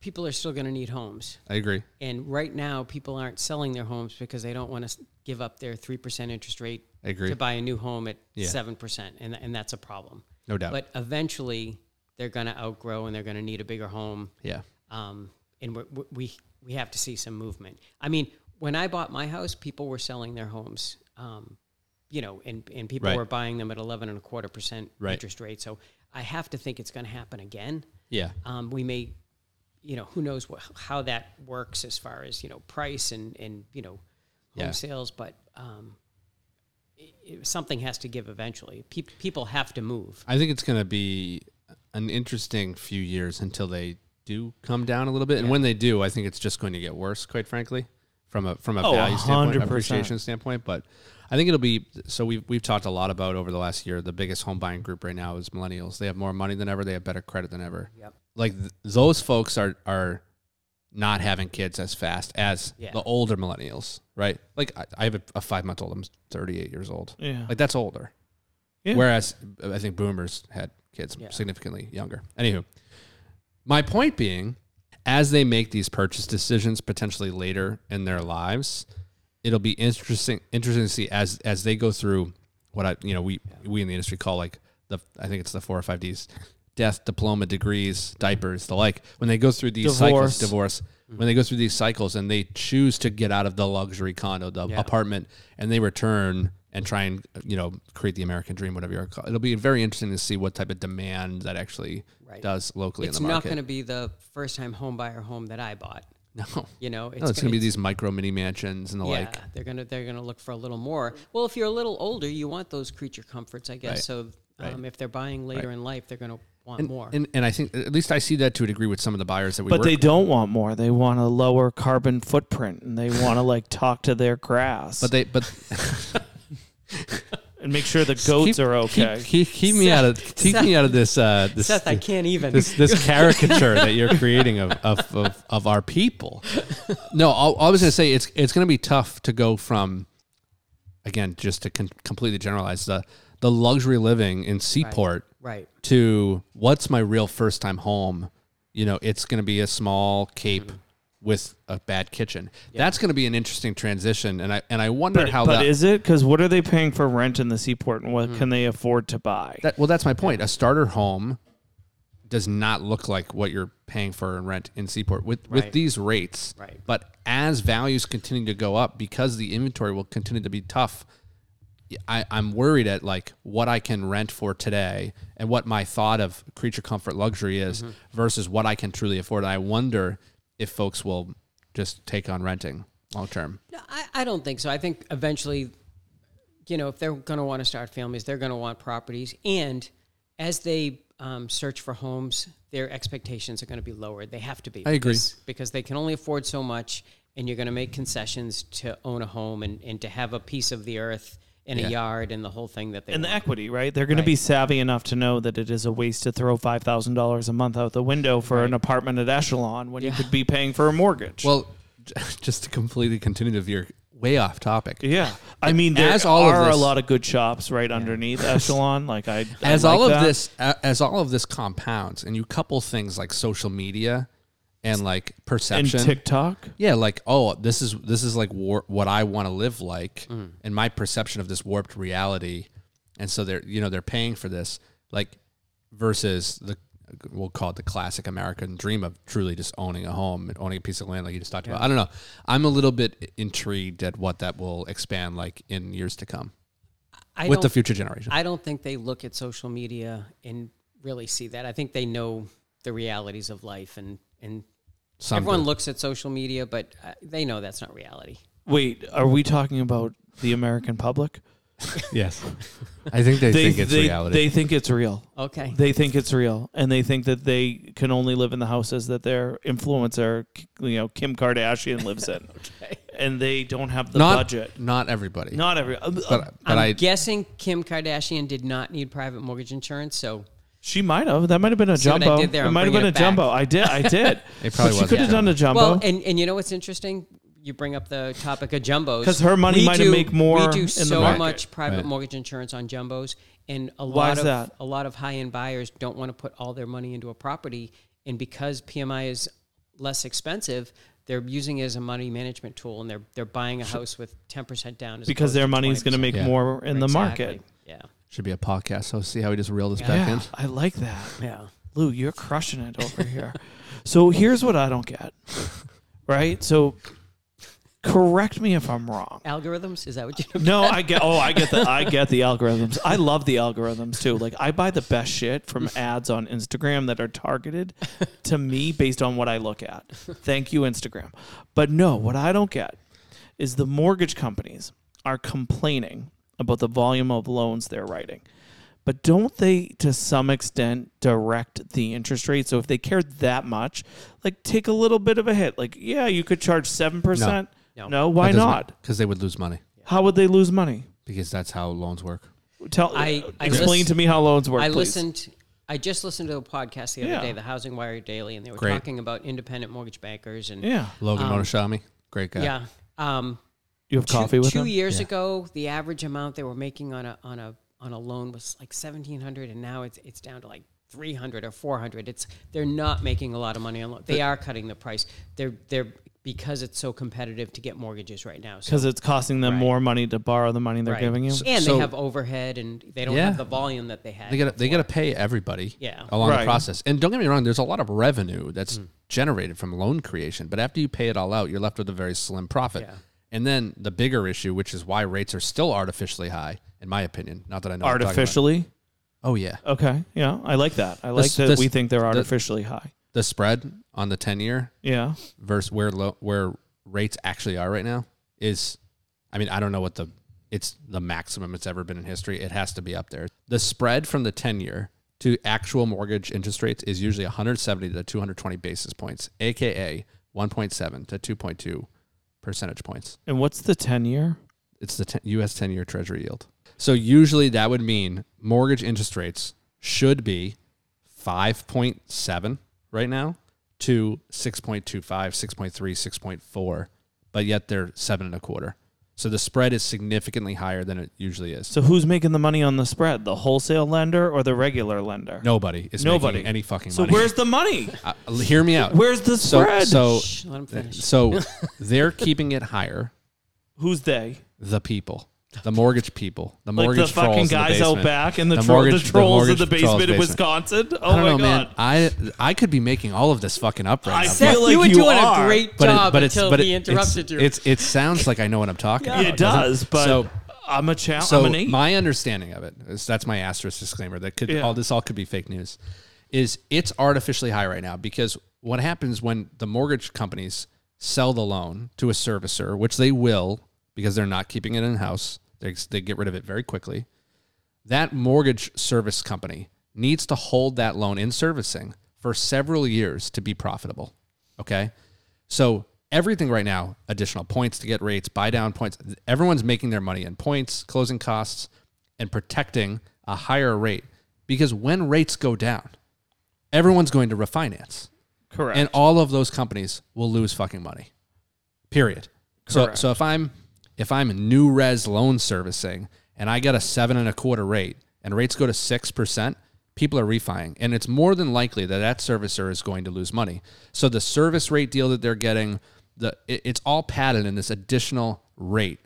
People are still going to need homes, I agree. and right now people aren't selling their homes because they don't want to give up their three percent interest rate I agree. to buy a new home at Yeah. seven percent, and and that's a problem. No doubt. But eventually they're going to outgrow and they're going to need a bigger home. yeah. um, and we're, we- we we have to see some movement. I mean, when I bought my house, people were selling their homes, um, you know, and and people Right. were buying them at eleven and a quarter percent Right. interest rate. So I have to think it's going to happen again. Yeah. Um, we may, you know, who knows what, how that works as far as you know price and and you know home Yeah. sales, but. Um, it- it- Something has to give eventually. Peop people have to move. I think it's going to be an interesting few years until they do come down a little bit. And when they do, I think it's just going to get worse, quite frankly, from a from a Oh, value standpoint, 100%. appreciation standpoint. But I think it'll be so. We've we've talked a lot about over the last year. The biggest home buying group right now is millennials. They have more money than ever. They have better credit than ever. Yep. Like th- those folks are are not having kids as fast as Yeah. the older millennials, right? Like I, I have a, a five month old. I'm 38 years old. Yeah. Like that's older. Yeah. Whereas I think boomers had kids Yeah. significantly younger. Anywho, my point being, as they make these purchase decisions potentially later in their lives, it'll be interesting interesting to see as as they go through what I you know we we in the industry call like the I think it's the four or five D's, death, diploma, degrees, diapers, the like. When they go through these cycles, Divorce. divorce. Mm-hmm. When they go through these cycles and they choose to get out of the luxury condo, the apartment, and they return and try and you know create the American dream, whatever you're call. It'll be very interesting to see what type of demand that actually Right. does locally It's in the not market. going to be the first time home buyer home that I bought. no. You know, it's, No, Oh, it's gonna be these micro mini mansions and the yeah, like. they're gonna they're gonna look for a little more. Well, if you're a little older, you want those creature comforts, I guess. Right. So, um, if they're buying later in life, they're gonna want more. And and I think at least I see that to a degree with some of the buyers that we But work they don't want more. They want a lower carbon footprint, and they want to like talk to their grass But they but and make sure the goats keep, are okay. Keep, keep, keep me out of keep me out of this uh this Seth, I can't even. this this caricature that you're creating of of, of, of our people. No, I, I was gonna say it's it's gonna be tough to go from again just to con- completely generalize the the luxury living in Seaport right. to what's my real first time home, you know, it's going to be a small cape with a bad kitchen. That's going to be an interesting transition, and I and I wonder how but that, Hmm. is it? Because what are they paying for rent in the seaport, and what can they afford to buy? that. Well, that's my point. A starter home does not look like what you're paying for in rent in Seaport with with Right. these rates. Right. But as values continue to go up, because the inventory will continue to be tough. I, I'm worried at like what I can rent for today and what my thought of creature comfort luxury is Mm-hmm. versus what I can truly afford. I wonder if folks will just take on renting long term. No, I, I don't think so. I think eventually, you know, if they're going to want to start families, they're going to want properties. And as they um, search for homes, their expectations are going to be lowered. They have to be. I agree. Because, because they can only afford so much, and you're going to make concessions to own a home and, and to have a piece of the earth and Yeah. a yard and the whole thing that they and the want. equity, right? They're going to be savvy enough to know that it is a waste to throw five thousand dollars a month out the window for an apartment at Echelon when you could be paying for a mortgage. Well, j- just to completely continue to veer way off topic. yeah, I mean, there As all of are this- a lot of good shops right underneath Echelon. Like I, I as like all that. of this a- as all of this compounds and you couple things like social media and like and perception TikTok. yeah like oh this is this is like war- what i want to live like and my perception of this warped reality and so they're you know they're paying for this like versus the we'll call it the classic american dream of truly just owning a home and owning a piece of land like you just talked about i don't know i'm a little bit intrigued at what that will expand like in years to come I with don't- the future generation I don't think they look at social media and really see that. I think they know the realities of life, and and Some everyone do. looks at social media, but uh, they know that's not reality. Wait, are we talking about the American public? Yes. I think they, think it's they, reality. They think it's real. Okay, They think it's real, and they think that they can only live in the houses that their influencer, you know, Kim Kardashian lives in, and they don't have the not, budget. Not everybody. Not every, uh, uh, but but I'm I guessing Kim Kardashian did not need private mortgage insurance, so she might have. That might have been a See what I jumbo. did there? It I'm might have been bringing a it back. jumbo. I did. I did. It probably But she was could a have done a jumbo. well, and and you know what's interesting? You bring up the topic of jumbos 'Cause her money We might have do- make more We in do the so market. much private Right. mortgage insurance on jumbos, and a Why lot is of that? a lot of high end buyers don't want to put all their money into a property, and because PMI is less expensive, they're using it as a money management tool, and they're they're buying a house with ten percent down as because their money is is going to make Yeah. more in the market. Yeah, should be a podcast, so see how we just reel this back Yeah, in. I like that. yeah. Lou, you're crushing it over here. so here's what I don't get. Right? So correct me if I'm wrong. Algorithms? Is that what you? No, I get oh, I get the I get the algorithms. I love the algorithms too. Like I buy the best shit from ads on Instagram that are targeted to me based on what I look at. Thank you Instagram. But no, what I don't get is the mortgage companies are complaining about the volume of loans they're writing. But don't they, to some extent, direct the interest rate? So if they care that much, like take a little bit of a hit. Like, yeah, you could charge 7%. No, No. why not? Because they would lose money. How would they lose money? Because that's how loans work. Tell, I- I explain listen- to me how loans work. I please. listened. I just listened to a podcast the other Yeah. day, the Housing Wire Daily, and they were Great. talking about independent mortgage bankers and Yeah, Logan Motoshami, great guy. yeah. Um, you have two, coffee with two them. years ago, the average amount they were making on a on a on a loan was like seventeen hundred, and now it's it's down to like three hundred or four hundred. It's they're not making a lot of money on loan. They are cutting the price. They're they're because it's so competitive to get mortgages right now. So because it's costing them more money to borrow the money they're Right. giving you. and So- they have overhead, and they don't Yeah. have the volume that they had. They gotta they gotta pay everybody Yeah. along the Right. Hmm. process. And don't get me wrong, there's a lot of revenue that's generated from loan creation, but after you pay it all out, you're left with a very slim profit. Yeah. And then the bigger issue, which is why rates are still artificially high, in my opinion. Not that I know. what I'm talking about. artificially. Oh yeah. Okay, yeah, I like that. I like This- that this- we think they're artificially high. The spread on the ten year Yeah, versus where lo- where rates actually are right now is I mean, I don't know what the it's the maximum it's ever been in history. It has to be up there. The spread from the 10 year to actual mortgage interest rates is usually 170 to 220 basis points, aka 1.7 to 2.2 percentage points. and what's the ten year? It's the 10, US 10 year treasury yield. So usually that would mean mortgage interest rates should be 5.7 right now to 6.25, 6.3, 6.4, but yet they're seven and a quarter. So the spread is significantly higher than it usually is. So who's making the money on the spread? The wholesale lender or the regular lender? Nobody is Nobody. making any fucking So money. where's the money? Uh, hear me out. Where's the so spread? so Shh, let 'em finish. so they're keeping it higher. who's they? The people, the mortgage people, the Like mortgage the fucking trolls in the guys out basement. back and the, The tro- mortgage- the the trolls in mortgage the trolls basement in basement. Wisconsin. Oh I don't my know, god. man. I I could be making all of this fucking up right I now. feel but- like you were you doing are. a great but, it- job but it's until but he it- interrupted it's, you. It's it sounds like I know what I'm talking about. it doesn't does, it? but so I'm a challenge. so I'm an eight. my understanding of it is that's my asterisk disclaimer that could Yeah. all this all could be fake news. Is it's artificially high right now because what happens when the mortgage companies sell the loan to a servicer, which they will because they're not keeping it in house, they they get rid of it very quickly. That mortgage service company needs to hold that loan in servicing for several years to be profitable. Okay. So everything right now additional points to get rates, buy down points. Everyone's making their money in points, closing costs, and protecting a higher rate because when rates go down, everyone's going to refinance Correct. and all of those companies will lose fucking money. Period. So Correct. so if I'm if I'm new res loan servicing and I got a seven and a quarter rate and rates go to six percent, people are refining, and it's more than likely that that servicer is going to lose money. So the service rate deal that they're getting, the it- it's all padded in this additional rate,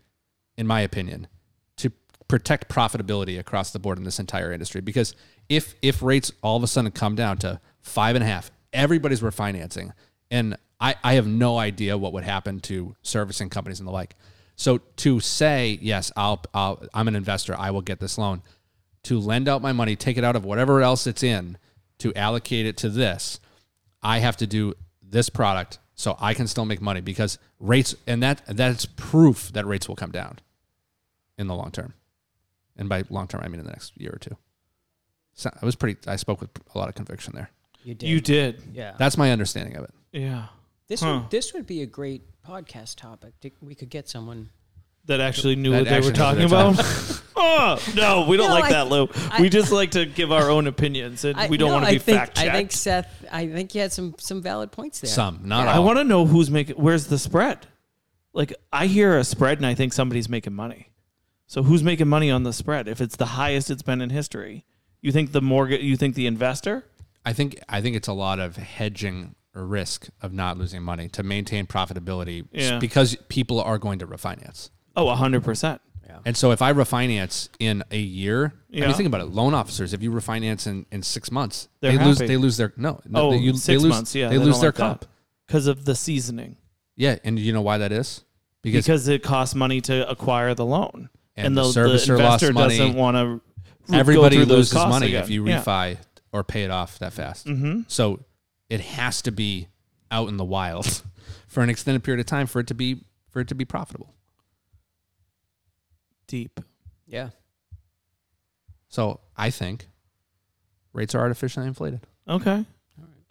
in my opinion, to protect profitability across the board in this entire industry. Because if if rates all of a sudden come down to five and a half, everybody's refinancing, and I I have no idea what would happen to servicing companies and the like. So to say yes, I'll, I'll I'm an investor, I will get this loan. To lend out my money, take it out of whatever else it's in, to allocate it to this, I have to do this product so I can still make money because rates and that that's proof that rates will come down in the long term. And by long term, I mean in the next year or two. So I was pretty. I spoke with a lot of conviction there. You did. you did. yeah. That's my understanding of it. Yeah. This Huh. would, this would be a great podcast topic. Did- We could get someone. That actually knew That what they were actually talking knows what about. oh no, we don't No, like I- that, Lou. I- we just like to give our own opinions, and we don't want to be fact checked. I think Seth. I think you had some some valid points there. Some, not I all. want to know who's making. Where's the spread? Like I hear a spread and I think somebody's making money. So who's making money on the spread? If it's the highest it's been in history, you think the mortgage? You think the investor? I think I think it's a lot of hedging risk of not losing money to maintain profitability s- Yeah. because people are going to refinance. Oh, hundred percent. And so if I refinance in a year, I Yeah. mean, think about it. Loan officers, if you refinance in, in six months, They're they lose happy. they lose their no. no, Oh, they, you- they six lose- months. Yeah, they, lose their comp. because of the seasoning. Yeah, and you know why that is because, Because it costs money to acquire the loan, And the servicer lost investor money. doesn't want to. everybody loses money if you refi or pay it off that fast. Mm-hmm. So it has to be out in the wild for an extended period of time for it to be for it to be profitable. Deep. Yeah. So I think rates are artificially inflated. Okay.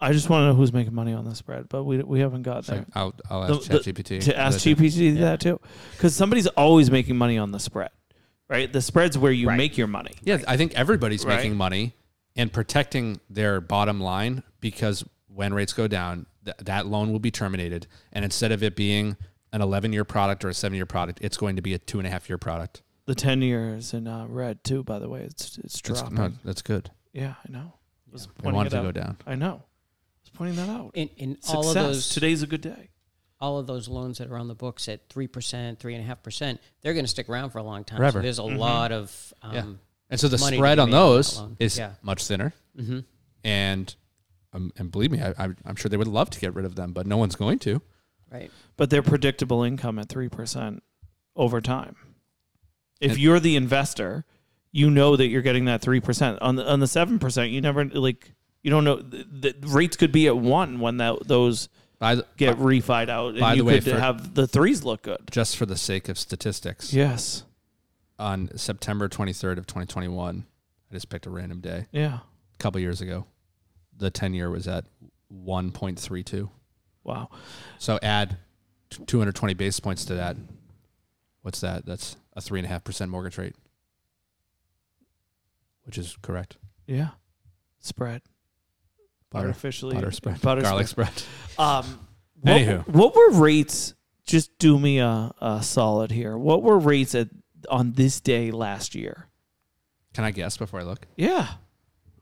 I just want to know who's making money on the spread, but we we haven't got So there. I'll, I'll The- ask the- ChatGPT to ask That's it. GPT to do Yeah. that too, because somebody's always making money on the spread, right? The spread's where you Right. make your money. Yeah, I think everybody's Right. making money and protecting their bottom line because when rates go down, th- that loan will be terminated. And instead of it being an 11 year product or a seven year product, it's going to be a two and a half year product. The ten years in uh, red too, by the way, it's it's That's, dropping. no, that's good. yeah, I know. I was I pointing wanted it to out. go down. I know. I was pointing that out. In in all Success. of those Today's a good day. all of those loans that are on the books at three percent, three and a half percent, they're going to stick around for a long time. Forever. So there's a Mhm. lot of Yeah. um, And so the money to spread be on made on that those loan. is Yeah. much thinner. hmm And um, and believe me, I, I, I'm sure they would love to get rid of them, but no one's going to. right. But their predictable income at three percent over time. If And- you're the investor, you know that you're getting that three percent on the on the seven percent. You never like you don't know the, the rates could be at one when that those By the, get refied out, and by you the way, could for- have the threes look good. just for the sake of statistics, Yes. on September 23rd of 2021, I just picked a random day. Yeah. couple years ago, the 10 year was at 1.32. Wow. So add t- 220 basis points to that. What's that? That's a 3.5% mortgage rate, which is correct. Yeah. Spread. Butter, Artificially butter spread, butter garlic spread. spread. Um, what, Anywho. what were rates? Just do me a, a solid here. What were rates at on this day last year? Can I guess before I look? Yeah,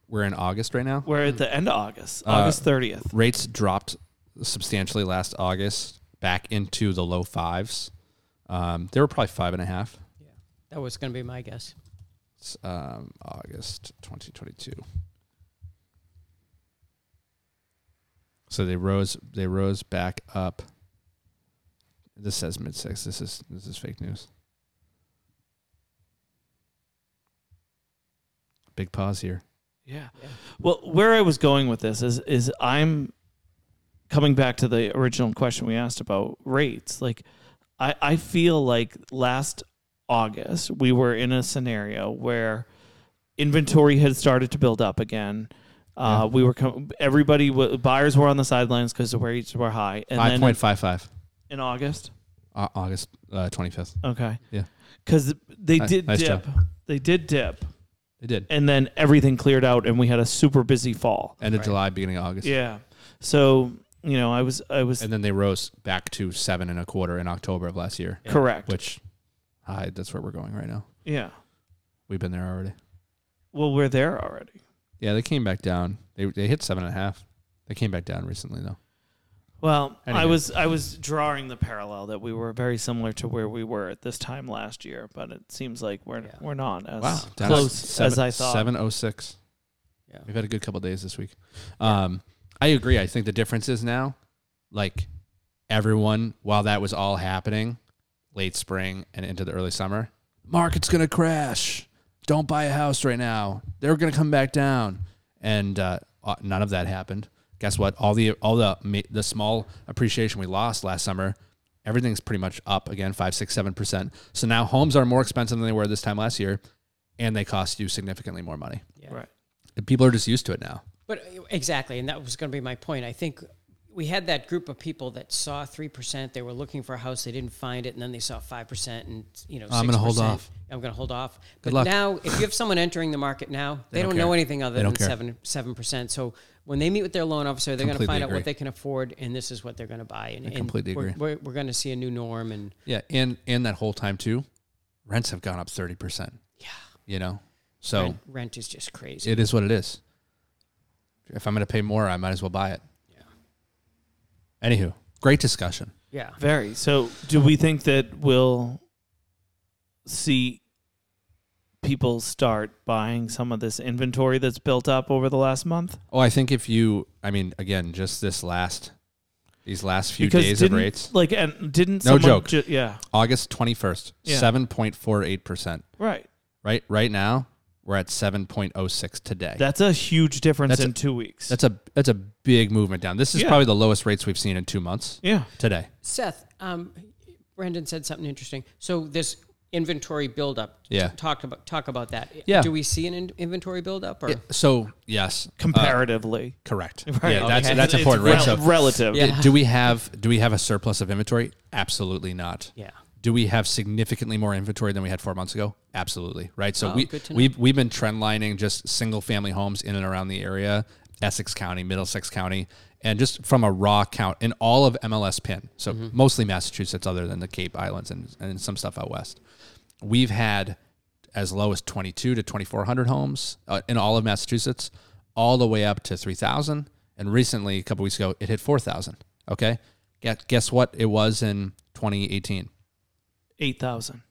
We're in August right now. we're at the end of August, Uh, August thirtieth. Rates dropped substantially last August back into the low fives. Um, they were probably five and a half. That was going to be my guess. It's, um, August 2022. So they rose. They rose back up. This says mid six. This is this is fake news. Big pause here. Yeah. Yeah. Well, where I was going with this is is I'm coming back to the original question we asked about rates. Like I, I feel like last August we were in a scenario where inventory had started to build up again. Uh, Yeah. We were com- everybody w- buyers were on the sidelines because the rates were high, and Five then point five five. in August. Au- August uh, twenty fifth. Okay. Yeah. Because they Ni- did nice dip. They did dip, They did and then everything cleared out, and we had a super busy fall. end of Right. July, beginning of August. Yeah. So you know, I was I was and then they rose back to seven and a quarter in October of last year, correct. which hi, that's where we're going right now. yeah. We've been there already. Well, we're there already. Yeah, they came back down. They they hit seven and a half. They came back down recently though. Well, I Anyway. was I was drawing the parallel that we were very similar to where we were at this time last year, but it seems like we're Yeah. we're not as Wow, down to close seven- as I thought. Seven oh six. Yeah. we've had a good couple of days this week. Um, I agree. I think the difference is now, like everyone, while that was all happening, late spring and into the early summer, market's gonna crash. Don't buy a house right now. They're gonna come back down, and uh, uh, none of that happened. Guess what? All the all the ma- the small appreciation we lost last summer, everything's pretty much up again, five, six, seven percent. So now homes are more expensive than they were this time last year, and they cost you significantly more money. Yeah. Right. And people are just used to it now. But uh, exactly, and that was going to be my point. I think we had that group of people that saw three percent. They were looking for a house, they didn't find it, and then they saw five percent, and you know, 6%, I'm gonna hold off. I'm going to hold off. but luck. now, if you have someone entering the market now, they, don't don't, care. know anything other They don't care. than seven seven percent. So when they meet with their loan officer, they're going to Completely find out agree. what they can afford, and this is what they're going to buy. And, and completely we're, agree. We're, we're going to see a new norm, and Yeah, and and that whole time too, rents have gone up thirty percent. yeah, You know, so rent, rent is just crazy. it is what it is. If I'm going to pay more, I might as well buy it. Yeah. Anywho, great discussion. yeah, Very. So, do we think that we'll see people start buying some of this inventory that's built up over the last month? Oh, I think if you, I mean, again, just this last, these last few days of didn't, rates, like, and didn't No someone joke. ju- yeah, August twenty first, Yeah. seven point four eight percent. right. Right, right now we're at seven point oh six today. That's a huge difference That's in a- two weeks. that's a that's a big movement down. This is Yeah. probably the lowest rates we've seen in two months yeah, today. Seth, um, Brendan said something interesting. So this inventory buildup. Yeah. t- Talk about talk about that. Yeah. Do we see an in- inventory buildup or? Yeah, So yes, uh, comparatively. correct. Right. Yeah, that's Okay. that's It's important. rel- Right. So, relative. Yeah. do we have do we have a surplus of inventory? Absolutely not. Yeah. Do we have significantly more inventory than we had four months ago? Absolutely. Right. So Oh, we good to know. we've we've been trend lining just single family homes in and around the area, Essex County, Middlesex County, and just from a raw count in all of MLS PIN. So Mm-hmm. mostly Massachusetts, other than the Cape Islands and, and some stuff out west. We've had as low as 22 to 2400 homes uh, in all of Massachusetts, all the way up to 3000 and recently a couple weeks ago it hit 4000, okay? Guess, guess what it was in 2018? Eight thousand.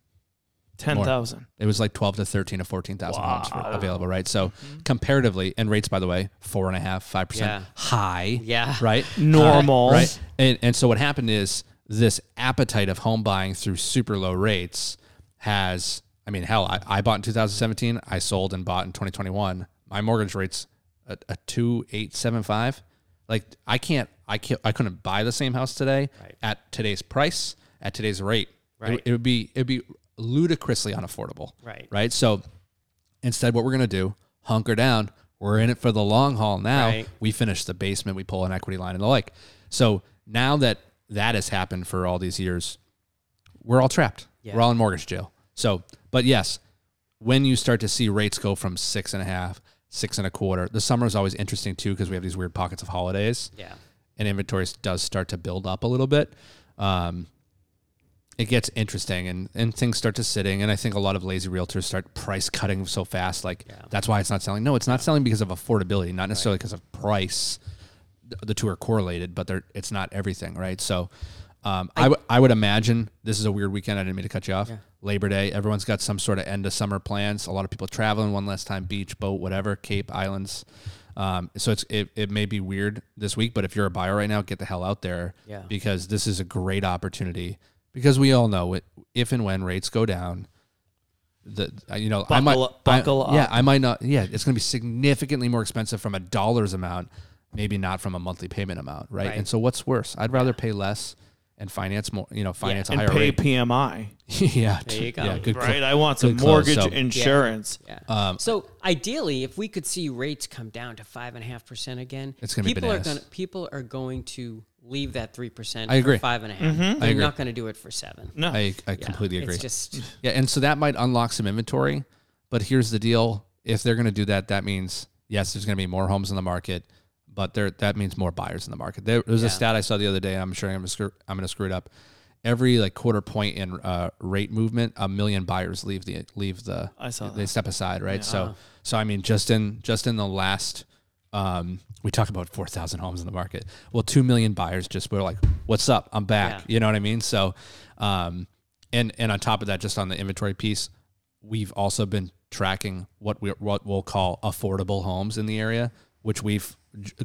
Ten thousand. It was like twelve to thirteen to fourteen thousand homes Wow. homes available, right? So comparatively, and rates, by the way, four and a half, five percent Yeah. high, Yeah. right? Normal. right? And and so what happened is this appetite of home buying through super low rates has. I mean, hell, I, I bought in 2017. I sold and bought in 2021. My mortgage rates a, a two eight seven five. Like I can't, I can't, I couldn't buy the same house today Right. at today's price at today's rate. It- Right. it would be it would be ludicrously unaffordable. Right. Right. So Instead, what we're going to do, hunker down. We're in it for the long haul now. Right. We finish the basement, we pull an equity line and the like. So now that that has happened for all these years, we're all trapped. Yeah. We're all in mortgage jail. So, but yes, when you start to see rates go from six and a half, six and a quarter, the summer is always interesting too because we have these weird pockets of holidays Yeah. and inventory does start to build up a little bit, um, it gets interesting and, and things start to sitting. And I think a lot of lazy realtors start price cutting so fast. Like that's why it's not selling. No, it's not selling because of affordability, not necessarily because of price. The- The two are correlated, but they're it's not everything, right? So. Um, I, w- I would imagine this is a weird weekend. I didn't mean to cut you off. Labor Day. Everyone's got some sort of end of summer plans. A lot of people traveling one last time, beach, boat, whatever, Cape Islands. Um, so it's it, it may be weird this week, but if you're a buyer right now, get the hell out there Yeah. because this is a great opportunity. Because we all know it, if and when rates go down, the uh, you know I might Buckle up- buckle I- Yeah, I might not. Yeah, it's going to be significantly more expensive from a dollars amount, maybe not from a monthly payment amount, right? Right. And so what's worse? I'd rather pay less and finance more, you know, finance a and higher pay rate. PMI, yeah, There you go. yeah, good. cl- right? I want some Good close, mortgage so- insurance. Yeah. Um, so ideally, if we could see rates come down to five and a half percent again, It's gonna be people are bananas. going to people are going to leave that three percent. I agree. For five and a Mm-hmm. half. They're agree. not going to do it for seven. No, I, I completely agree. It's just Yeah, and so that might unlock some inventory, but here's the deal: if they're going to do that, that means yes, there's going to be more homes in the market, but there that means more buyers in the market. There, there was a stat I saw the other day. and I'm sure I'm going to screw I'm going to screw it up. Every like quarter point in uh, rate movement, a million buyers leave the leave the. I saw uh-huh. they step aside, right? So so I mean, just in just in the last. Um, we talk about four thousand homes in the market. Well, two million buyers just were like, "What's up? I'm back." You know what I mean? So, um, and and on top of that, just on the inventory piece, we've also been tracking what we what we'll call affordable homes in the area, which we've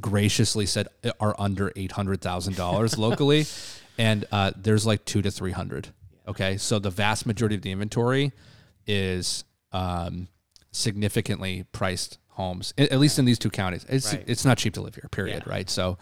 graciously said are under eight hundred thousand dollars locally, and uh, there's like two to three hundred. Okay, so the vast majority of the inventory is um, significantly priced homes, a- at least in these two counties. It's Right. it's not cheap to live here, period. Right, so.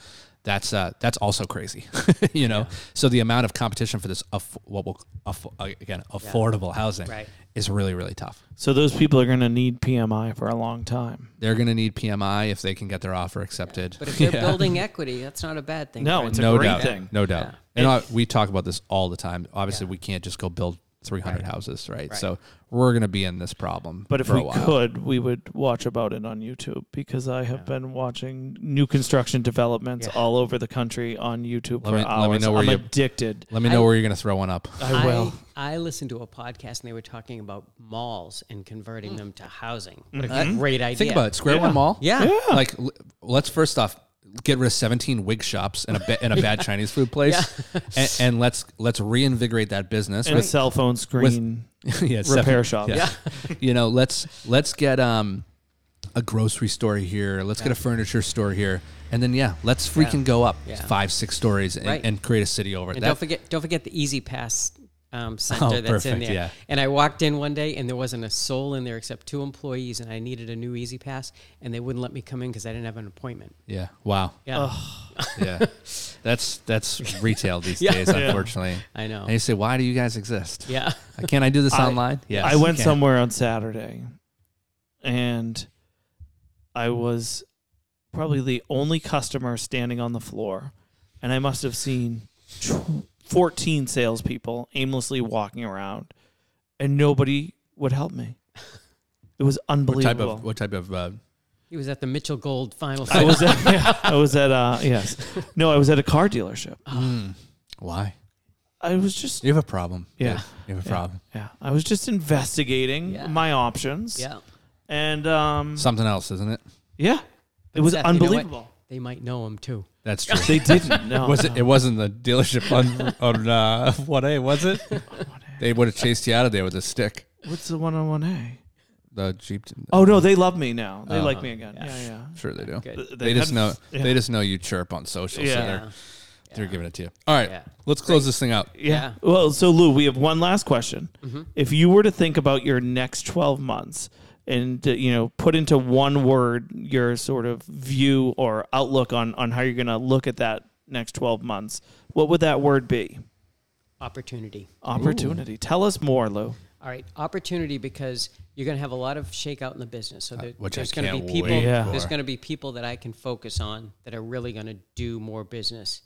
That's uh, that's also crazy, you know. So the amount of competition for this, aff- what will aff- uh, again affordable housing, Right. is really really tough. So those people are going to need PMI for a long time. They're going to need PMI if they can get their offer accepted. But if they're building equity, that's not a bad thing. No, right? it's a no great doubt, thing. no doubt. And uh, we talk about this all the time. Obviously, we can't just go build 300 houses, right? So we're going to be in this problem. But if for we a while. could, we would watch about it on YouTube because I have been watching new construction developments all over the country on YouTube for me- let me hours. know where I'm you- addicted. let me know where you're going to throw one up. I will. I, listened to a podcast and they were talking about malls and converting them to housing. What a great idea. Mm-hmm. Think about it. Square One Mall. Yeah. Like, l- let's first off get rid of 17 wig shops and a ba- and a bad Chinese food place, and, and let's let's reinvigorate that business And a cell phone screen. yeah, it's Repair definitely- shops. you know, let's let's get um a grocery store here. Let's get a furniture store here, and then yeah, let's freaking go up Yeah. five six stories and, Right. and create a city over it. And That- Oh, don't forget, don't forget the Easy Pass um, center that's in perfect, there. yeah. And I walked in one day, and there wasn't a soul in there except two employees, and I needed a new Easy Pass, and they wouldn't let me come in because I didn't have an appointment. yeah, wow, Yeah, yeah, that's that's retail these days, unfortunately. I know. And you say, why do you guys exist? Yeah, Can I do this I- online? Yes, I you went can. somewhere on Saturday and I was probably the only customer standing on the floor. And I must have seen tw- 14 salespeople aimlessly walking around and nobody would help me. It was What type unbelievable. of what type of uh, he was at the Mitchell Gold final. I was at, yeah, I was at uh, yes. No, I was at a car dealership. why? I was just, hmm. You have a problem. Yeah. dude. you have a problem. yeah, I was just investigating Yeah. my options. yeah, And um, Something else, isn't it? yeah, it was Seth, you know what? unbelievable. they might know him too. That's true. They didn't. No. was no. it? It wasn't the dealership on on uh, one A, was it? they would have chased you out of there with a stick. What's the one on one A? The Jeep. Didn't, Oh no, they love me now. They like me again. Yeah, yeah. I'm sure they do. Good. They, They just know. hadn't- yeah. They just know you chirp on social, so Yeah. Oh. they're Yeah. they're giving it to you. All right, Yeah. let's close this thing out. Yeah. Well, so Lou, we have one last question. If you were to think about your next 12 months and uh, you know, put into one word your sort of view or outlook on on how you're going to look at that next 12 months, what would that word be? Opportunity. Opportunity. Tell us more, Lou. All right, opportunity because you're going to have a lot of shakeout in the business. So there, Uh, which I there's going to can't be people. wait Yeah. There's for. going to be people that I can focus on that are really going to do more business.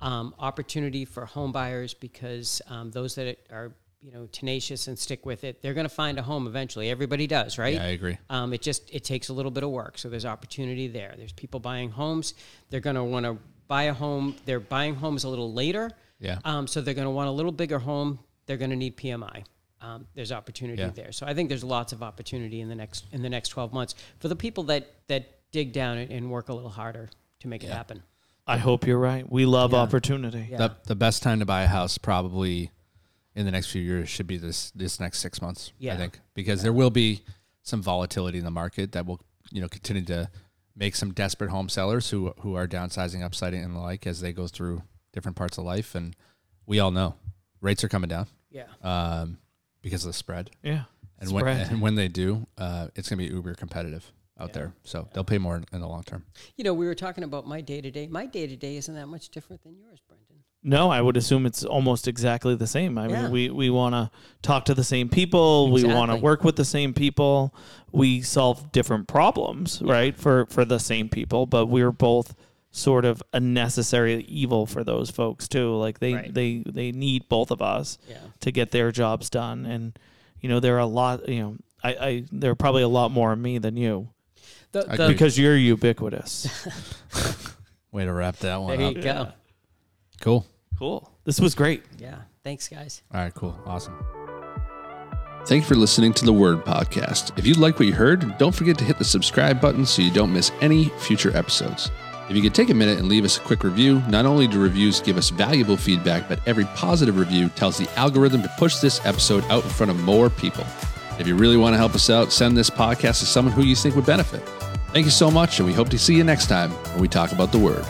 Um, opportunity for home buyers because um, those that are you know tenacious and stick with it, they're going to find a home eventually. Everybody does, right? Yeah, I agree. Um, it just it takes a little bit of work. So there's opportunity there. There's people buying homes. They're going to want to buy a home. They're buying homes a little later. Yeah. Um, so they're going to want a little bigger home. They're going to need PMI. Um, there's opportunity Yeah. there. So I think there's lots of opportunity in the next in the next 12 months for the people that that dig down and, and work a little harder to make it happen. I hope you're right. We love opportunity. Yeah. The, the best time to buy a house probably in the next few years should be this this next six months. I Yeah. think because there will be some volatility in the market that will you know continue to make some desperate home sellers who who are downsizing, upsiding, and the like as they go through different parts of life. And we all know rates are coming down Yeah. um, because of the spread. Yeah. And when, Spread. and when they do, uh, it's going to be uber competitive. out there. So they'll pay more in, in the long term. You know, we were talking about my day to day. My day to day isn't that much different than yours, Brendan. No, I would assume it's almost exactly the same. I Yeah. mean, we, we want to talk to the same people. We want to Exactly. work with the same people. We solve different problems, right? For for the same people, but we're both sort of a necessary evil for those folks too. Like they Right. they they need both of us Yeah. to get their jobs done. And you know, there are a lot. You know, I, I there are probably a lot more of me than you The, I the- agree. because you're ubiquitous. Way to wrap that one there up. you go. Cool. cool. This was great. Yeah. Thanks, guys. All right, cool. Awesome. Thanks for listening to the Word Podcast. If you like what you heard, don't forget to hit the subscribe button so you don't miss any future episodes. If you could take a minute and leave us a quick review, not only do reviews give us valuable feedback, but every positive review tells the algorithm to push this episode out in front of more people. If you really want to help us out, send this podcast to someone who you think would benefit. Thank you so much, and we hope to see you next time when we talk about the Word.